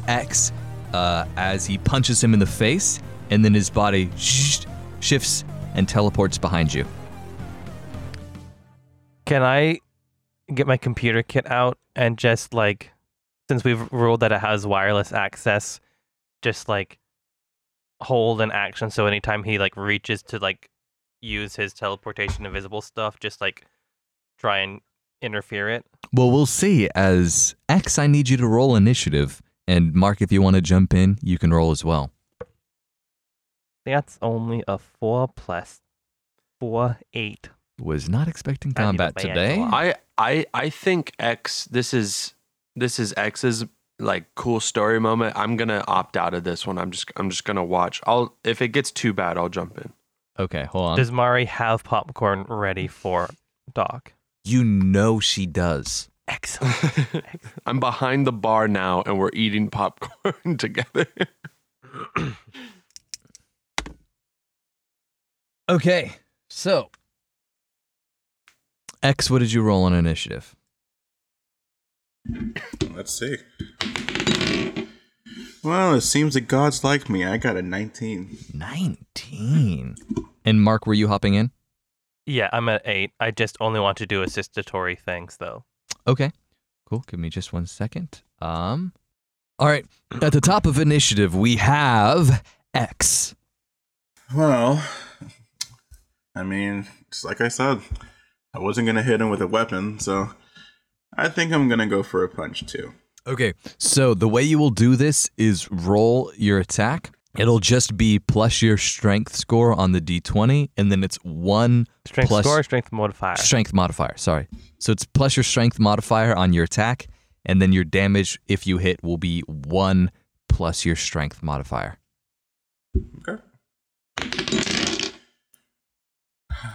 [SPEAKER 1] X uh, as he punches him in the face, and then his body sh- shifts and teleports behind you.
[SPEAKER 3] Can I get my computer kit out and just like, since we've ruled that it has wireless access, just like hold an action so anytime he like reaches to like use his teleportation invisible stuff, just like try and interfere it?
[SPEAKER 1] Well, we'll see. As X, I need you to roll initiative, and Mark, if you want to jump in, you can roll as well.
[SPEAKER 3] That's only a four plus four, eight.
[SPEAKER 1] Was not expecting
[SPEAKER 3] That'd be
[SPEAKER 1] combat
[SPEAKER 3] the bad
[SPEAKER 1] today.
[SPEAKER 3] one.
[SPEAKER 2] I I I think X this is this is X's like cool story moment. I'm gonna opt out of this one. I'm just I'm just gonna watch. I'll if it gets too bad, I'll jump in.
[SPEAKER 1] Okay, hold on.
[SPEAKER 3] Does Mari have popcorn ready for Doc?
[SPEAKER 1] you know she does.
[SPEAKER 3] Excellent.
[SPEAKER 2] I'm behind the bar now and we're eating popcorn together.
[SPEAKER 1] Okay, so X, what did you roll on initiative?
[SPEAKER 4] Let's see. Well, it seems that gods like me. I got a 19.
[SPEAKER 1] Nineteen. And Mark, were you hopping in?
[SPEAKER 3] yeah, I'm at eight. I just only want to do assistatory things though.
[SPEAKER 1] Okay. Cool. Give me just one second. Um. All right. At the top of initiative, we have X.
[SPEAKER 4] Well, I mean, just like I said, I wasn't going to hit him with a weapon, so I think I'm going to go for a punch too.
[SPEAKER 1] Okay. So the way you will do this is roll your attack. It'll just be plus your strength score on the d20, and then it's one
[SPEAKER 3] Strength
[SPEAKER 1] Plus-
[SPEAKER 3] score, strength modifier.
[SPEAKER 1] strength modifier. Sorry. So it's plus your strength modifier on your attack, and then your damage, if you hit, will be one plus your strength modifier.
[SPEAKER 4] Okay.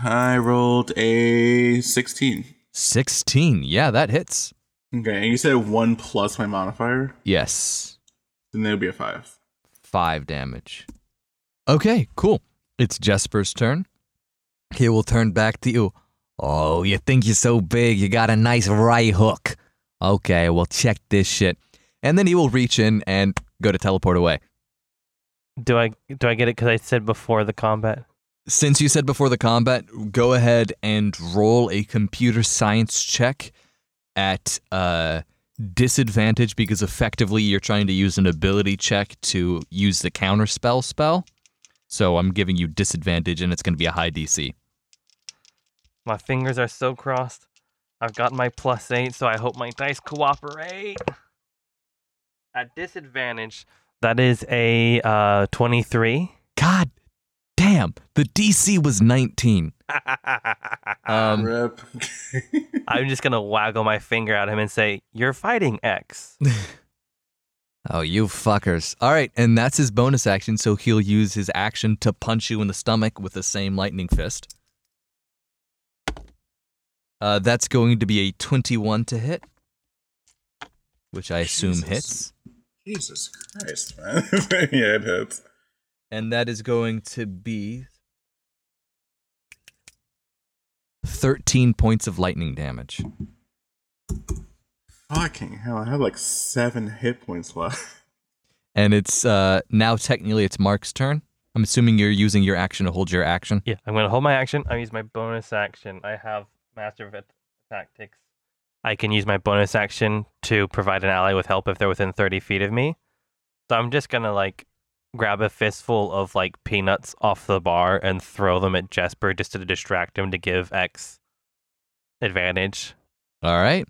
[SPEAKER 4] I rolled a 16.
[SPEAKER 1] 16. Yeah, that hits.
[SPEAKER 4] Okay, and you said 1 plus my modifier?
[SPEAKER 1] Yes.
[SPEAKER 4] Then that would be a 5.
[SPEAKER 1] five damage. Okay, cool. It's Jesper's turn. He will turn back to you. Oh, you think you're so big, you got a nice right hook. Okay, well, check this shit. And then he will reach in and go to teleport away.
[SPEAKER 3] Do I do I get it? Because I said before the combat.
[SPEAKER 1] Since you said before the combat, go ahead and roll a computer science check at uh, disadvantage because effectively you're trying to use an ability check to use the counterspell spell. So I'm giving you disadvantage and it's going to be a high DC.
[SPEAKER 3] My fingers are so crossed. I've got my plus eight, so I hope my dice cooperate. At disadvantage, that is a uh, twenty-three.
[SPEAKER 1] God damn, the DC was 19. Um,
[SPEAKER 4] Rip.
[SPEAKER 3] I'm just gonna waggle my finger at him and say, "You're fighting X."
[SPEAKER 1] oh, you fuckers. All right, and that's his bonus action. So he'll use his action to punch you in the stomach with the same lightning fist. Uh, that's going to be a 21 to hit, which I assume
[SPEAKER 4] Jesus.
[SPEAKER 1] hits.
[SPEAKER 4] Jesus Christ, man. yeah, it hits.
[SPEAKER 1] And that is going to be 13 points of lightning damage.
[SPEAKER 4] Fucking hell, I have like 7 hit points left.
[SPEAKER 1] And it's uh, now technically it's Mark's turn. I'm assuming you're using your action to hold your action.
[SPEAKER 3] Yeah, I'm gonna hold my action. I use my bonus action. I have master of At- tactics. I can use my bonus action to provide an ally with help if they're within 30 feet of me. So I'm just gonna like grab a fistful of like peanuts off the bar and throw them at Jesper just to distract him to give X advantage.
[SPEAKER 1] All right.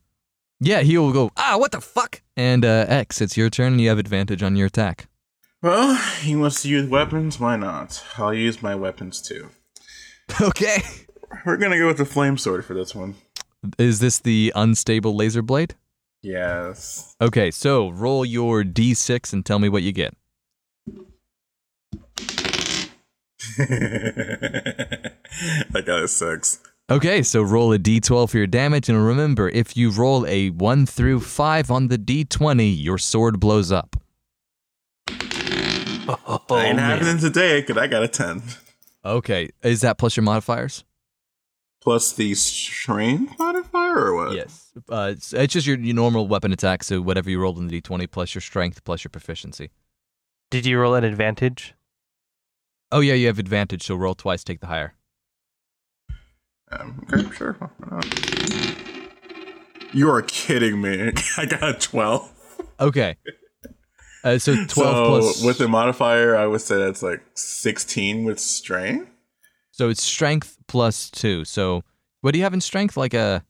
[SPEAKER 1] Yeah, he will go, ah, what the fuck? And uh, X, it's your turn and you have advantage on your attack.
[SPEAKER 4] Well, he wants to use weapons. Why not? I'll use my weapons too.
[SPEAKER 1] Okay.
[SPEAKER 4] We're gonna go with the flame sword for this one.
[SPEAKER 1] Is this the unstable laser blade?
[SPEAKER 4] Yes.
[SPEAKER 1] Okay, so roll your d6 and tell me what you get.
[SPEAKER 4] I got a six.
[SPEAKER 1] Okay, so roll a d12 for your damage. And remember, if you roll a 1 through 5 on the d20, your sword blows up.
[SPEAKER 2] Oh,
[SPEAKER 4] Ain't happening today, cause I got a ten.
[SPEAKER 1] Okay, is that plus your modifiers?
[SPEAKER 4] plus the strength modifier or what?
[SPEAKER 1] Yes. Uh, it's, it's just your, your normal weapon attack, so whatever you rolled in the d20 plus your strength plus your proficiency.
[SPEAKER 3] Did you roll at advantage?
[SPEAKER 1] Oh, yeah, you have advantage, so roll twice, take the higher.
[SPEAKER 4] Um, okay, sure. why not? You are kidding me. I got a 12.
[SPEAKER 1] Okay. Uh, so 12
[SPEAKER 4] so
[SPEAKER 1] plus.
[SPEAKER 4] with the modifier, I would say that's like 16 with strength,
[SPEAKER 1] so it's strength plus two. So what do you have in strength? Like a.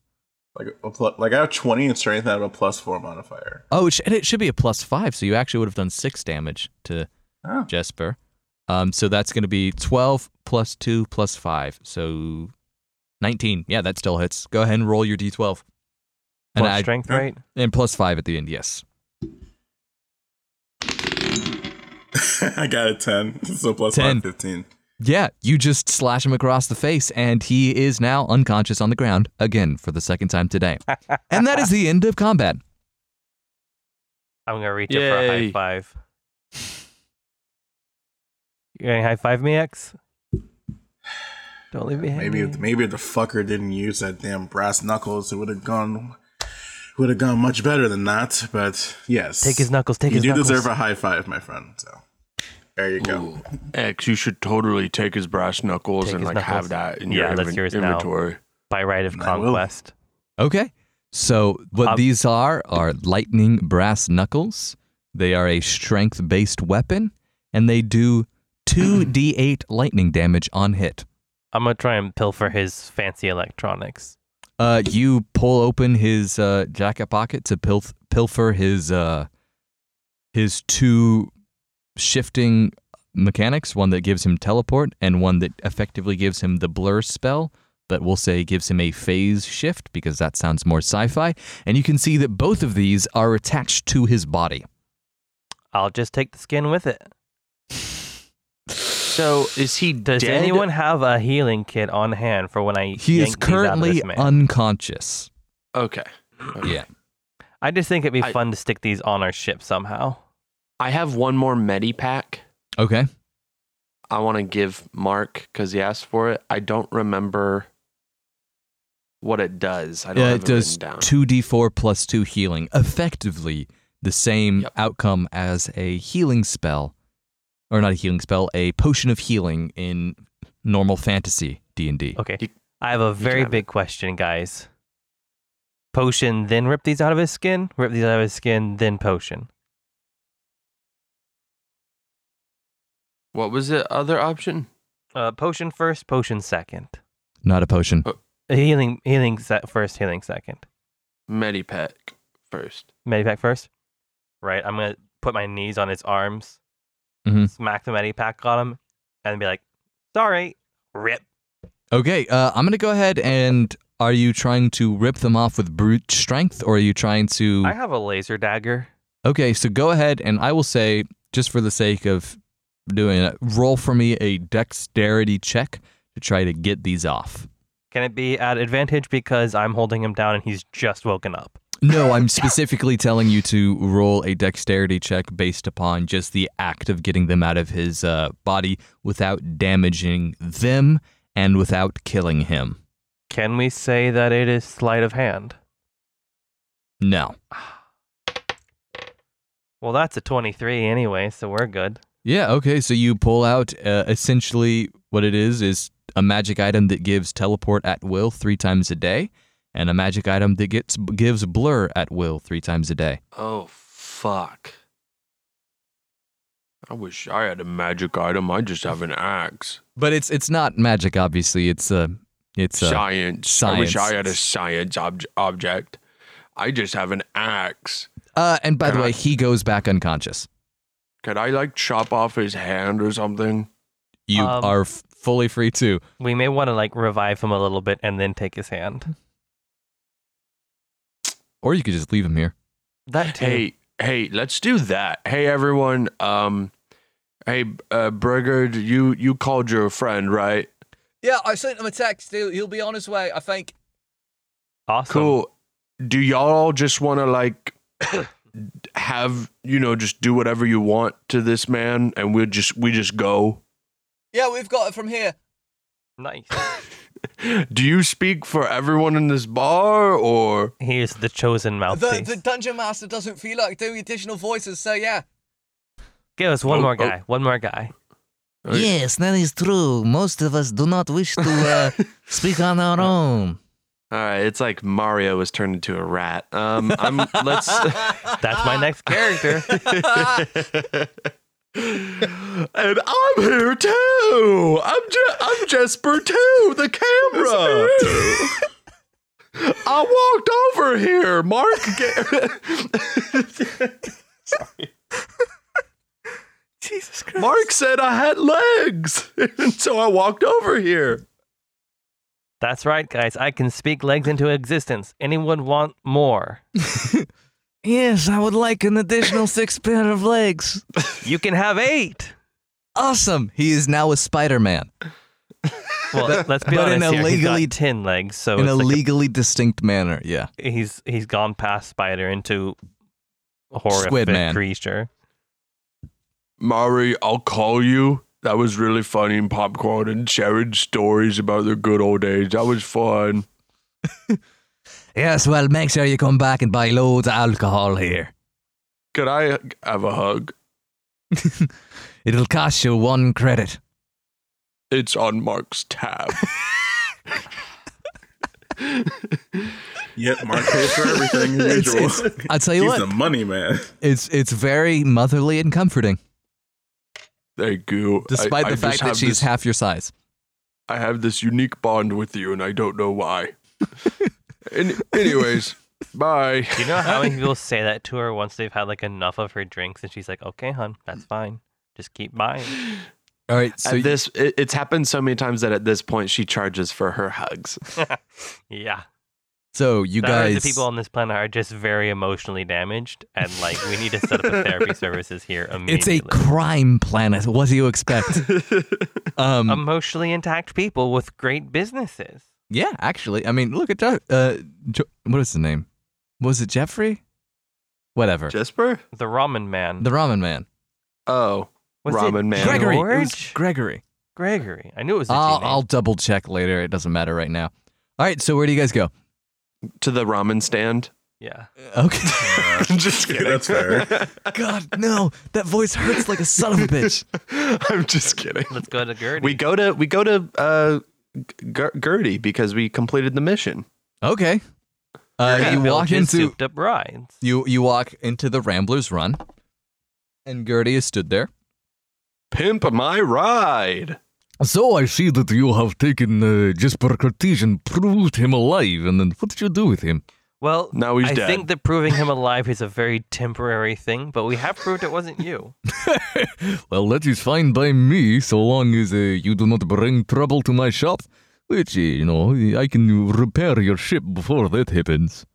[SPEAKER 4] like a pl- like I have 20 in strength. And I have a plus four modifier.
[SPEAKER 1] Oh, it, sh- and it should be a plus five, so you actually would have done six damage to
[SPEAKER 4] Oh.
[SPEAKER 1] Jesper. Um, so that's going to be 12 plus two plus five. So 19. Yeah, that still hits. Go ahead and roll your d12. And,
[SPEAKER 3] Plus
[SPEAKER 1] I,
[SPEAKER 3] strength,
[SPEAKER 4] Yeah.
[SPEAKER 3] right?
[SPEAKER 1] and plus five at the end, yes.
[SPEAKER 4] I got a 10. So plus
[SPEAKER 1] 10.
[SPEAKER 4] five, 15.
[SPEAKER 1] Yeah, you just slash him across the face, and he is now unconscious on the ground again for the second time today. and that is the end of combat.
[SPEAKER 3] I'm gonna reach up for a high
[SPEAKER 2] Yay.
[SPEAKER 3] five. You gonna high five me, X? Don't leave me hanging.
[SPEAKER 4] Maybe if, maybe if the fucker didn't use that damn brass knuckles, it would have gone would have gone much better than that. But yes,
[SPEAKER 3] take his knuckles. Take
[SPEAKER 4] You
[SPEAKER 3] his
[SPEAKER 4] do
[SPEAKER 3] knuckles.
[SPEAKER 4] deserve a high five, my friend. So there you go.
[SPEAKER 2] X, you should totally take his brass knuckles
[SPEAKER 3] Take
[SPEAKER 2] and
[SPEAKER 3] his
[SPEAKER 2] like
[SPEAKER 3] knuckles.
[SPEAKER 2] have that in
[SPEAKER 3] Yeah,
[SPEAKER 2] your
[SPEAKER 3] let's
[SPEAKER 2] inven-
[SPEAKER 3] hear his now.
[SPEAKER 2] inventory.
[SPEAKER 3] By right of
[SPEAKER 4] I will.
[SPEAKER 3] conquest.
[SPEAKER 1] Okay. So what
[SPEAKER 3] Um,
[SPEAKER 1] these are are lightning brass knuckles. They are a strength-based weapon, and they do two d8 lightning damage on hit.
[SPEAKER 3] I'm gonna try and pilfer his fancy electronics.
[SPEAKER 1] Uh, you pull open his uh, jacket pocket to pilf- pilfer his uh, his two shifting mechanics, one that gives him teleport and one that effectively gives him the blur spell, but we'll say gives him a phase shift because that sounds more sci-fi. And you can see that both of these are attached to his body.
[SPEAKER 3] I'll just take the skin with it.
[SPEAKER 2] So is he
[SPEAKER 3] Does
[SPEAKER 2] dead?
[SPEAKER 3] anyone have a healing kit on hand for when I?
[SPEAKER 1] He is
[SPEAKER 3] yank these out of this
[SPEAKER 1] currently
[SPEAKER 3] man?
[SPEAKER 1] unconscious.
[SPEAKER 2] Okay. Okay.
[SPEAKER 1] Yeah.
[SPEAKER 3] I just think it'd be
[SPEAKER 2] I-
[SPEAKER 3] fun to stick these on our ship somehow.
[SPEAKER 2] I have one more medi pack.
[SPEAKER 1] Okay.
[SPEAKER 2] I want to give Mark because he asked for it. I don't remember what it does. I don't
[SPEAKER 1] Yeah,
[SPEAKER 2] have
[SPEAKER 1] it does
[SPEAKER 2] written down.
[SPEAKER 1] two d four plus two healing, effectively the same
[SPEAKER 2] Yep.
[SPEAKER 1] outcome as a healing spell, or not a healing spell, a potion of healing in normal fantasy D and D.
[SPEAKER 3] Okay.
[SPEAKER 2] You-
[SPEAKER 3] I have a
[SPEAKER 2] can
[SPEAKER 3] very
[SPEAKER 2] have
[SPEAKER 3] big question, guys. Potion, then rip these out of his skin. Rip these out of his skin, then potion.
[SPEAKER 2] What was the other option?
[SPEAKER 3] Uh, potion first, potion second. Uh,
[SPEAKER 1] Not a potion.
[SPEAKER 3] Healing, healing se- first, healing second.
[SPEAKER 2] Medi pack first.
[SPEAKER 3] Medipack first. Right. I'm gonna put my knees on his arms,
[SPEAKER 2] Mm-hmm.
[SPEAKER 1] Mhm.
[SPEAKER 3] smack the medipack on him, and be like, "Sorry, rip."
[SPEAKER 1] Okay, uh, I'm gonna go ahead and are you trying to rip them off with brute strength, or are you trying to?
[SPEAKER 3] I have a laser dagger.
[SPEAKER 1] Okay, so go ahead and I will say, just for the sake of doing it, roll for me a dexterity check to try to get these off.
[SPEAKER 3] Can it be at advantage because I'm holding him down and he's just woken up?
[SPEAKER 1] No, I'm specifically telling you to roll a dexterity check based upon just the act of getting them out of his uh, body without damaging them and without killing him.
[SPEAKER 3] Can we say that it is sleight of hand?
[SPEAKER 1] No.
[SPEAKER 3] Well, that's a 23 anyway, so we're good.
[SPEAKER 1] Yeah, okay, so you pull out uh, essentially what it is is a magic item that gives teleport at will 3 times a day and a magic item that gets gives blur at will 3 times a day.
[SPEAKER 2] Oh fuck. I wish I had a magic item. I just have an axe.
[SPEAKER 1] But it's it's not magic obviously, it's a it's uh, a
[SPEAKER 2] science. I wish
[SPEAKER 1] science.
[SPEAKER 2] I had a science ob- object. I just have an axe.
[SPEAKER 1] uh, and by the
[SPEAKER 2] Can I-
[SPEAKER 1] way, he goes back unconscious.
[SPEAKER 2] Could I like chop off his hand or something?
[SPEAKER 1] You
[SPEAKER 3] Um,
[SPEAKER 1] are f- fully free to.
[SPEAKER 3] We may want to like revive him a little bit and then take his hand.
[SPEAKER 1] Or you could just leave him here.
[SPEAKER 3] That too.
[SPEAKER 2] Hey, hey, let's do that. Hey, everyone. Um, hey, uh, Burger, you you called your friend, right?
[SPEAKER 1] Yeah, I sent him a text. He'll, he'll be on his way, I think.
[SPEAKER 3] awesome.
[SPEAKER 2] Cool. Do y'all just want to like have you know just do whatever you want to this man, and we'll just we just go.
[SPEAKER 1] Yeah, we've got it from here.
[SPEAKER 3] Nice.
[SPEAKER 2] Do you speak for everyone in this bar or
[SPEAKER 3] He is the chosen
[SPEAKER 5] The,
[SPEAKER 3] mouthpiece.
[SPEAKER 5] the dungeon master doesn't feel like doing additional voices, so yeah.
[SPEAKER 3] Give us one
[SPEAKER 2] Oh,
[SPEAKER 3] more
[SPEAKER 2] oh.
[SPEAKER 3] guy. One more guy.
[SPEAKER 6] Yes, that is true. Most of us do not wish to uh, speak on our own.
[SPEAKER 2] All right, it's like Mario was turned into a rat. Um I'm let's
[SPEAKER 3] That's my next character.
[SPEAKER 2] And I'm here too. I'm Je- I'm Jesper too, the camera. I walked over here, Mark. Ga-
[SPEAKER 3] Jesus Christ.
[SPEAKER 2] Mark said I had legs, and so I walked over here.
[SPEAKER 3] That's right, guys. I can speak legs into existence. Anyone want more?
[SPEAKER 6] Yes, I would like an additional six pair of legs.
[SPEAKER 3] You can have eight.
[SPEAKER 1] Awesome. He is now a Spider Man,
[SPEAKER 3] Well, let's be
[SPEAKER 1] but
[SPEAKER 3] honest
[SPEAKER 1] in a
[SPEAKER 3] here. He's got
[SPEAKER 1] legally-
[SPEAKER 3] ten legs, so
[SPEAKER 1] in
[SPEAKER 3] it's
[SPEAKER 1] a
[SPEAKER 3] like a-
[SPEAKER 1] legally distinct manner. Yeah.
[SPEAKER 3] he's he's gone past spider into horrific
[SPEAKER 1] Squidman.
[SPEAKER 3] creature.
[SPEAKER 2] Mari, I'll call you. That was really funny and popcorn and sharing stories about the good old days. That was fun.
[SPEAKER 1] Yes, well, make sure you come back and buy loads of alcohol here.
[SPEAKER 2] Could I have a hug?
[SPEAKER 1] It'll cost you one credit.
[SPEAKER 2] It's on Mark's tab.
[SPEAKER 4] Yep, Mark pays for everything as usual.
[SPEAKER 1] I'll tell you
[SPEAKER 4] He's
[SPEAKER 1] what,
[SPEAKER 4] the money man.
[SPEAKER 1] it's it's very motherly and comforting,
[SPEAKER 2] Thank you. I-
[SPEAKER 1] despite the
[SPEAKER 2] I just
[SPEAKER 1] fact that
[SPEAKER 2] have
[SPEAKER 1] she's
[SPEAKER 2] this-
[SPEAKER 1] half your size.
[SPEAKER 2] I have this unique bond with you, and I don't know why. An- anyways, bye.
[SPEAKER 3] You know how many people say that to her once they've had like enough of her drinks, and she's like, "Okay, hun, that's fine. Just keep buying."
[SPEAKER 1] All right, so
[SPEAKER 2] at this, it, it's happened so many times that at this point she charges for her hugs.
[SPEAKER 3] Yeah,
[SPEAKER 1] so you
[SPEAKER 3] That means
[SPEAKER 1] guys,
[SPEAKER 3] the people on this planet are just very emotionally damaged, and like we need to set up a therapy services here
[SPEAKER 1] it's a
[SPEAKER 3] immediately.
[SPEAKER 1] crime planet. What do you expect? um,
[SPEAKER 3] emotionally intact people with great businesses.
[SPEAKER 1] yeah, actually, I mean, look at Je- uh, jo- what is the name? Was it Jeffrey? Whatever,
[SPEAKER 2] Jesper?
[SPEAKER 3] The ramen man.
[SPEAKER 1] the ramen man,
[SPEAKER 2] Oh,
[SPEAKER 3] Was it
[SPEAKER 2] ramen man.
[SPEAKER 1] Gregory. it was
[SPEAKER 3] George?
[SPEAKER 1] Gregory.
[SPEAKER 3] Gregory. I knew it was a
[SPEAKER 1] I'll,
[SPEAKER 3] G name.
[SPEAKER 1] I'll double check later. It doesn't matter right now. All right, so where do you guys go?
[SPEAKER 2] to the ramen stand.
[SPEAKER 3] Yeah.
[SPEAKER 1] Okay.
[SPEAKER 4] Uh,
[SPEAKER 2] Just
[SPEAKER 4] yeah, that's fair.
[SPEAKER 1] God, no, that voice hurts like a son of a bitch.
[SPEAKER 2] I'm just kidding.
[SPEAKER 3] Let's go to Gertie.
[SPEAKER 2] We go to we go to uh, G- Gertie because we completed the mission.
[SPEAKER 1] Okay. Uh, you walk into
[SPEAKER 3] souped up rides.
[SPEAKER 1] you you walk into the Ramblers Run, and Gertie is stood there.
[SPEAKER 2] Pimp my ride.
[SPEAKER 6] So I see that you have taken uh, Jesper Cartesian, proved him alive, and then what did you do with him?
[SPEAKER 3] Well,
[SPEAKER 2] Now he's
[SPEAKER 3] I
[SPEAKER 2] dead.
[SPEAKER 3] think that proving him alive is a very temporary thing, but we have proved it wasn't you.
[SPEAKER 6] Well, that is fine by me, so long as uh, you do not bring trouble to my shop. Which, uh, you know, I can repair your ship before that happens.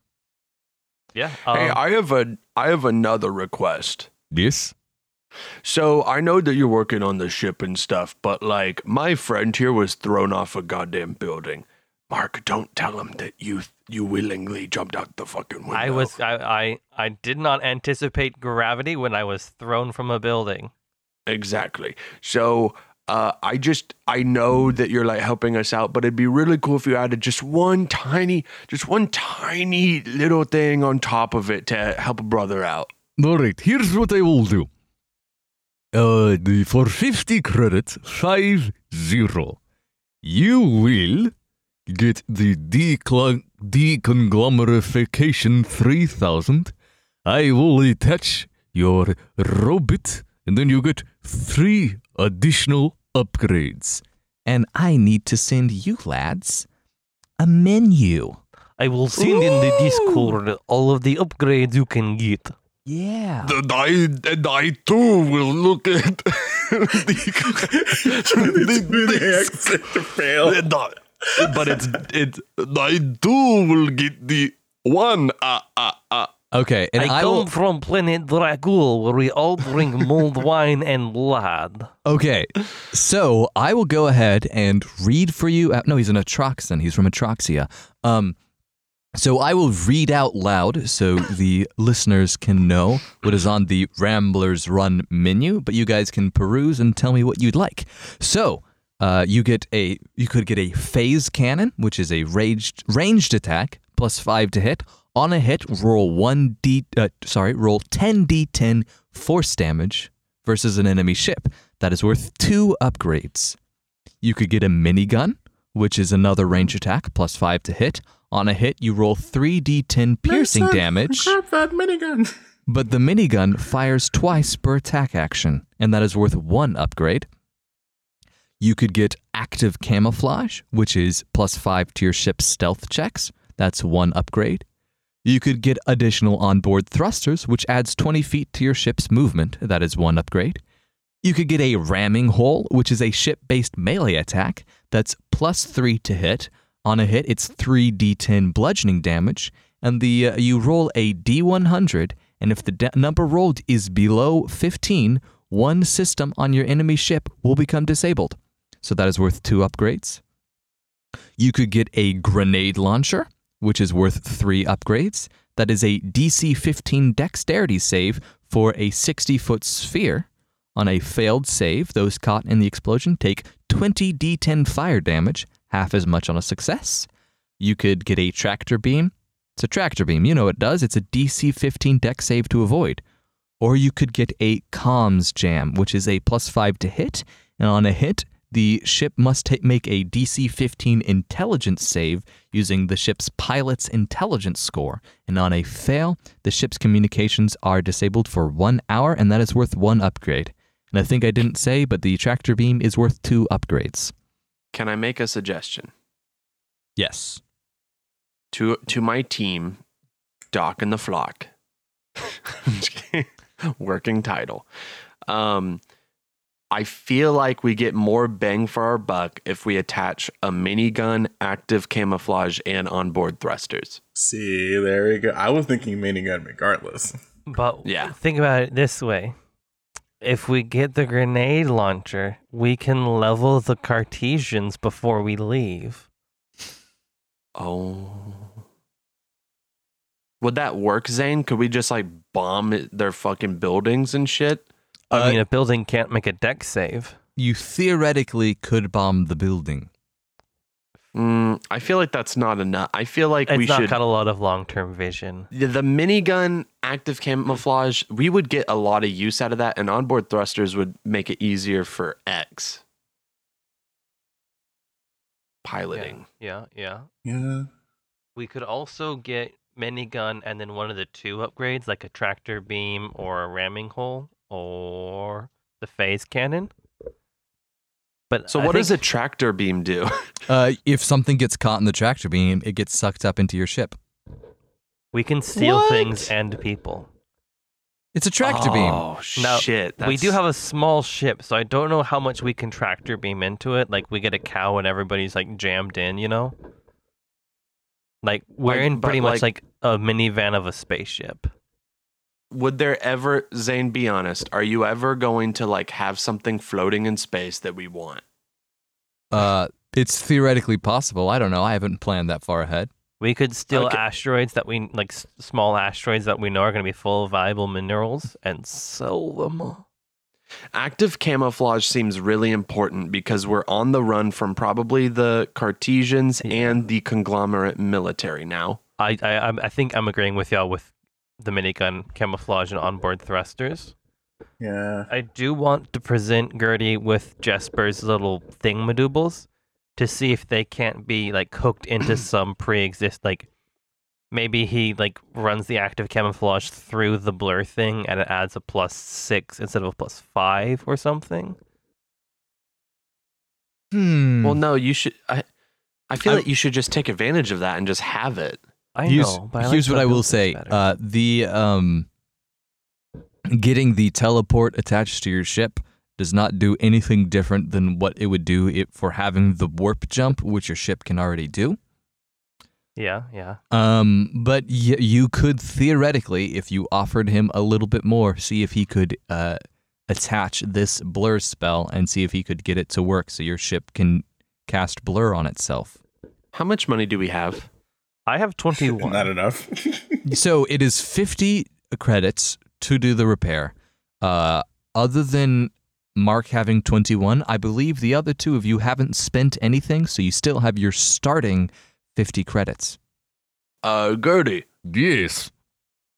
[SPEAKER 3] Yeah.
[SPEAKER 2] hey,
[SPEAKER 3] um,
[SPEAKER 2] I have a I have another request.
[SPEAKER 6] Yes?
[SPEAKER 2] So I know that you're working on the ship and stuff, but like my friend here was thrown off a goddamn building. Mark, don't tell him that you you willingly jumped out the fucking window.
[SPEAKER 3] I was I, I I did not anticipate gravity when I was thrown from a building.
[SPEAKER 2] exactly. So uh, I just I know that you're like helping us out, but it'd be really cool if you added just one tiny, just one tiny little thing on top of it to help a brother out.
[SPEAKER 6] Alright, here's what I will do. Uh, the- for 50 credits, 5-0, you will get the decla- deconglomerification 3000. I will attach your robot, and then you get three additional upgrades.
[SPEAKER 1] And I need to send you lads a menu.
[SPEAKER 3] I will send in the Discord all of the upgrades you can get.
[SPEAKER 1] Yeah.
[SPEAKER 2] And I, and I too will look at the,
[SPEAKER 4] to fail.
[SPEAKER 2] Uh, no, but it's it's I too will get the one uh uh uh
[SPEAKER 1] Okay, and
[SPEAKER 3] I,
[SPEAKER 1] I,
[SPEAKER 3] come
[SPEAKER 1] will.
[SPEAKER 3] from planet Dracul, where we all drink mulled wine and blood.
[SPEAKER 1] Okay, so I will go ahead and read for you. Out, no, he's an Atroxan. He's from Atroxia. Um, so I will read out loud so the listeners can know what is on the Ramblers Run menu, but you guys can peruse and tell me what you'd like. So Uh, you get a you could get a phase cannon, which is a ranged ranged attack plus five to hit. On a hit, roll one d uh, sorry, roll ten d10 force damage versus an enemy ship. That is worth two upgrades. You could get a minigun, which is another range attack plus five to hit. On a hit, you roll three d10 piercing damage.
[SPEAKER 4] Grab that minigun.
[SPEAKER 1] But the minigun fires twice per attack action, and that is worth one upgrade. You could get active camouflage, which is plus five to your ship's stealth checks. That's one upgrade. You could get additional onboard thrusters, which adds 20 feet to your ship's movement. That is one upgrade. You could get a ramming hole, which is a ship based melee attack that's plus three to hit. On a hit, it's 3d10 bludgeoning damage, and the uh, you roll a d100, and if the da- number rolled is below 15, one system on your enemy ship will become disabled. So that is worth two upgrades. You could get a grenade launcher, which is worth three upgrades. That is a DC 15 dexterity save for a 60 foot sphere. On a failed save, those caught in the explosion take 20 d10 fire damage, half as much on a success. You could get a tractor beam. It's a tractor beam. You know what it does. It's a DC 15 deck save to avoid. Or you could get a comms jam, which is a plus five to hit. And on a hit, the ship must ta- make a DC 15 intelligence save using the ship's pilot's intelligence score. And on a fail, the ship's communications are disabled for one hour, and that is worth one upgrade. And I think I didn't say, but the tractor beam is worth two upgrades.
[SPEAKER 2] Can I make a suggestion?
[SPEAKER 1] Yes.
[SPEAKER 2] to to my team, Doc and the Flock. I'm just kidding. Working title. Um, I feel like we get more bang for our buck if we attach a minigun, active camouflage, and onboard thrusters.
[SPEAKER 4] See, there we go. I was thinking minigun regardless.
[SPEAKER 3] But
[SPEAKER 2] Yeah.
[SPEAKER 3] think about it this way. If we get the grenade launcher, we can level the Cartesians before we leave.
[SPEAKER 2] Oh. Would that work, Zane? Could we just like bomb it- their fucking buildings and shit?
[SPEAKER 3] I
[SPEAKER 1] Uh,
[SPEAKER 3] mean, a building can't make a deck save.
[SPEAKER 1] You theoretically could bomb the building.
[SPEAKER 2] Mm, I feel like that's not enough. I feel like we
[SPEAKER 3] It's not
[SPEAKER 2] should
[SPEAKER 3] got a lot of long term vision.
[SPEAKER 2] the, the minigun active camouflage we would get a lot of use out of that and onboard thrusters would make it easier for x piloting
[SPEAKER 3] Yeah, yeah.
[SPEAKER 4] Yeah.
[SPEAKER 3] We could also get minigun and then one of the two upgrades, like a tractor beam or a ramming hole or the phase cannon. But
[SPEAKER 2] so
[SPEAKER 3] I
[SPEAKER 2] what does a
[SPEAKER 3] think-
[SPEAKER 2] tractor beam do
[SPEAKER 1] Uh, if something gets caught in the tractor beam, it gets sucked up into your ship.
[SPEAKER 3] We can steal
[SPEAKER 2] What?
[SPEAKER 3] things and people.
[SPEAKER 1] It's a tractor beam.
[SPEAKER 2] oh
[SPEAKER 3] Now,
[SPEAKER 2] shit
[SPEAKER 3] We do
[SPEAKER 2] that's-
[SPEAKER 3] have a small ship, so I don't know how much we can tractor beam into it. Like we get a cow and everybody's like jammed in, you know? Like we're
[SPEAKER 2] Like,
[SPEAKER 3] in
[SPEAKER 2] but,
[SPEAKER 3] pretty much like a minivan of a spaceship.
[SPEAKER 2] would there ever zane be honest are you ever going to like have something floating in space that we want
[SPEAKER 1] Uh, it's theoretically possible. I don't know. I haven't planned that far ahead.
[SPEAKER 3] We could steal
[SPEAKER 2] Okay.
[SPEAKER 3] asteroids that we like s- small asteroids that we know are going to be full of valuable minerals and sell them.
[SPEAKER 2] Active camouflage seems really important because we're on the run from probably the Cartesians and the conglomerate military now.
[SPEAKER 3] I I I'm- I think I'm agreeing with y'all with the minigun camouflage and onboard thrusters.
[SPEAKER 4] Yeah.
[SPEAKER 3] I do want to present Gertie with Jesper's little thingamadoobles to see if they can't be like hooked into some pre-exist like maybe he like runs the active camouflage through the blur thing and it adds a plus six instead of a plus five or something.
[SPEAKER 1] Hmm.
[SPEAKER 2] Well, no, you should. I, I feel
[SPEAKER 1] I-
[SPEAKER 2] like you should just take advantage of that and just have it.
[SPEAKER 3] I
[SPEAKER 1] here's,
[SPEAKER 3] know, but I like
[SPEAKER 1] here's
[SPEAKER 3] the
[SPEAKER 1] what I will
[SPEAKER 3] build-ins
[SPEAKER 1] say.
[SPEAKER 3] better.
[SPEAKER 1] Uh, the um, getting the teleport attached to your ship does not do anything different than what it would do it for having the warp jump, which your ship can already do.
[SPEAKER 3] yeah, yeah.
[SPEAKER 1] Um, but y- you could theoretically, if you offered him a little bit more, see if he could uh, attach this blur spell and see if he could get it to work, so your ship can cast blur on itself.
[SPEAKER 2] How much money do we have?
[SPEAKER 3] I have twenty one.
[SPEAKER 4] Not enough.
[SPEAKER 1] so it is 50 credits to do the repair. Uh, other than
[SPEAKER 4] Mark having 21. I believe the other two of you haven't spent anything, so you still have your starting 50 credits.
[SPEAKER 2] Uh, Gertie,
[SPEAKER 1] Yes.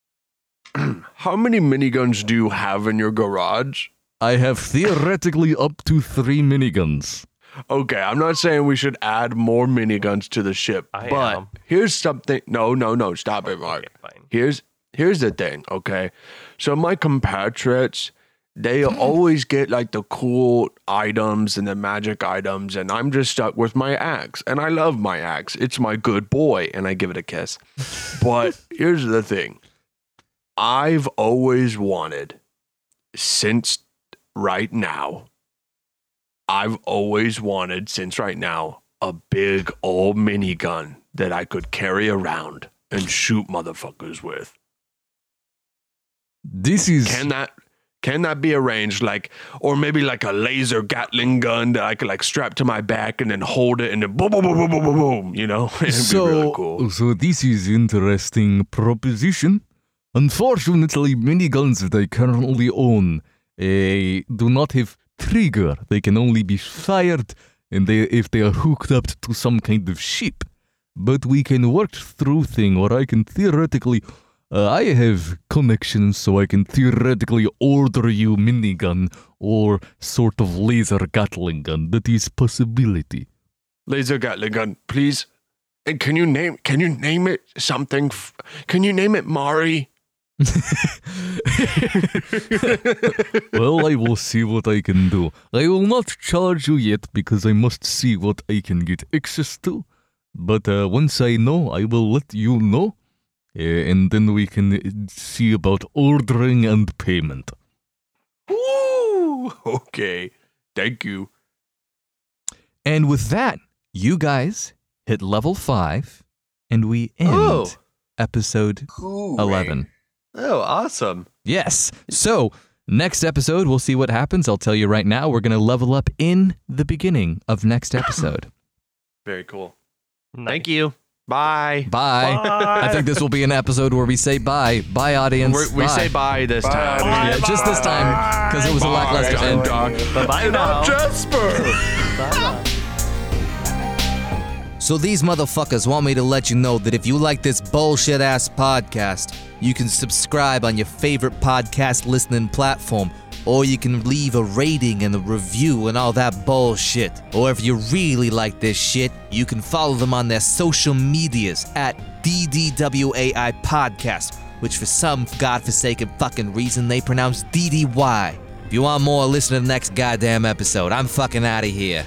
[SPEAKER 2] how many miniguns do you have in your garage?
[SPEAKER 1] I have theoretically up to three miniguns.
[SPEAKER 2] Okay, I'm not saying we should add more miniguns to the ship,
[SPEAKER 3] I
[SPEAKER 2] but
[SPEAKER 3] am.
[SPEAKER 2] here's something. No, no, no, stop it, Mark.
[SPEAKER 3] Okay, fine.
[SPEAKER 2] Here's here's the thing, okay? So my compatriots, they always get like the cool items and the magic items, and I'm just stuck with my axe. And I love my axe. It's my good boy, and I give it a kiss. But here's the thing. I've always wanted since right now. I've always wanted since right now a big old minigun that I could carry around and shoot motherfuckers with.
[SPEAKER 1] This is.
[SPEAKER 2] Can that can that be arranged like or maybe like a laser gatling gun that I could like strap to my back and then hold it and then boom boom boom boom boom boom boom, you know? It'd
[SPEAKER 1] so,
[SPEAKER 2] be really cool.
[SPEAKER 1] so this is interesting proposition. Unfortunately, miniguns that I currently own eh, do not have trigger. They can only be fired, and they if they are hooked up to some kind of ship. But we can work through thing, or I can theoretically. Uh, I have connections, so I can theoretically order you minigun or sort of laser Gatling gun. That is possibility.
[SPEAKER 2] Laser gatling gun, please. And can you name can you name it something? F- can you name it Mari?
[SPEAKER 1] well, I will see what I can do. I will not charge you yet because I must see what I can get access to. But uh, once I know, I will let you know, uh, and then we can uh, see about ordering and payment.
[SPEAKER 2] Ooh, okay. Thank you.
[SPEAKER 4] And with that, you guys hit level five, and we end
[SPEAKER 2] Oh.
[SPEAKER 4] episode 11.
[SPEAKER 2] Oh, awesome.
[SPEAKER 4] Yes. So, next episode, we'll see what happens. I'll tell you right now, we're going to level up in the beginning of next episode.
[SPEAKER 2] Very cool.
[SPEAKER 3] Nice.
[SPEAKER 2] Thank you. Bye.
[SPEAKER 4] bye. I think this will be an episode where we say bye. Bye, audience.
[SPEAKER 2] We're, we say bye this time.
[SPEAKER 4] Yeah, just this time, because it was a lackluster
[SPEAKER 2] Bye,
[SPEAKER 4] end.
[SPEAKER 2] dog.
[SPEAKER 3] Bye now.
[SPEAKER 7] So these motherfuckers want me to let you know that if you like this bullshit ass podcast, you can subscribe on your favorite podcast listening platform, or you can leave a rating and a review and all that bullshit. Or if you really like this shit, you can follow them on their social medias at DDWAI Podcast, which for some godforsaken fucking reason they pronounce DDY. If you want more, listen to the next goddamn episode. I'm fucking out of here.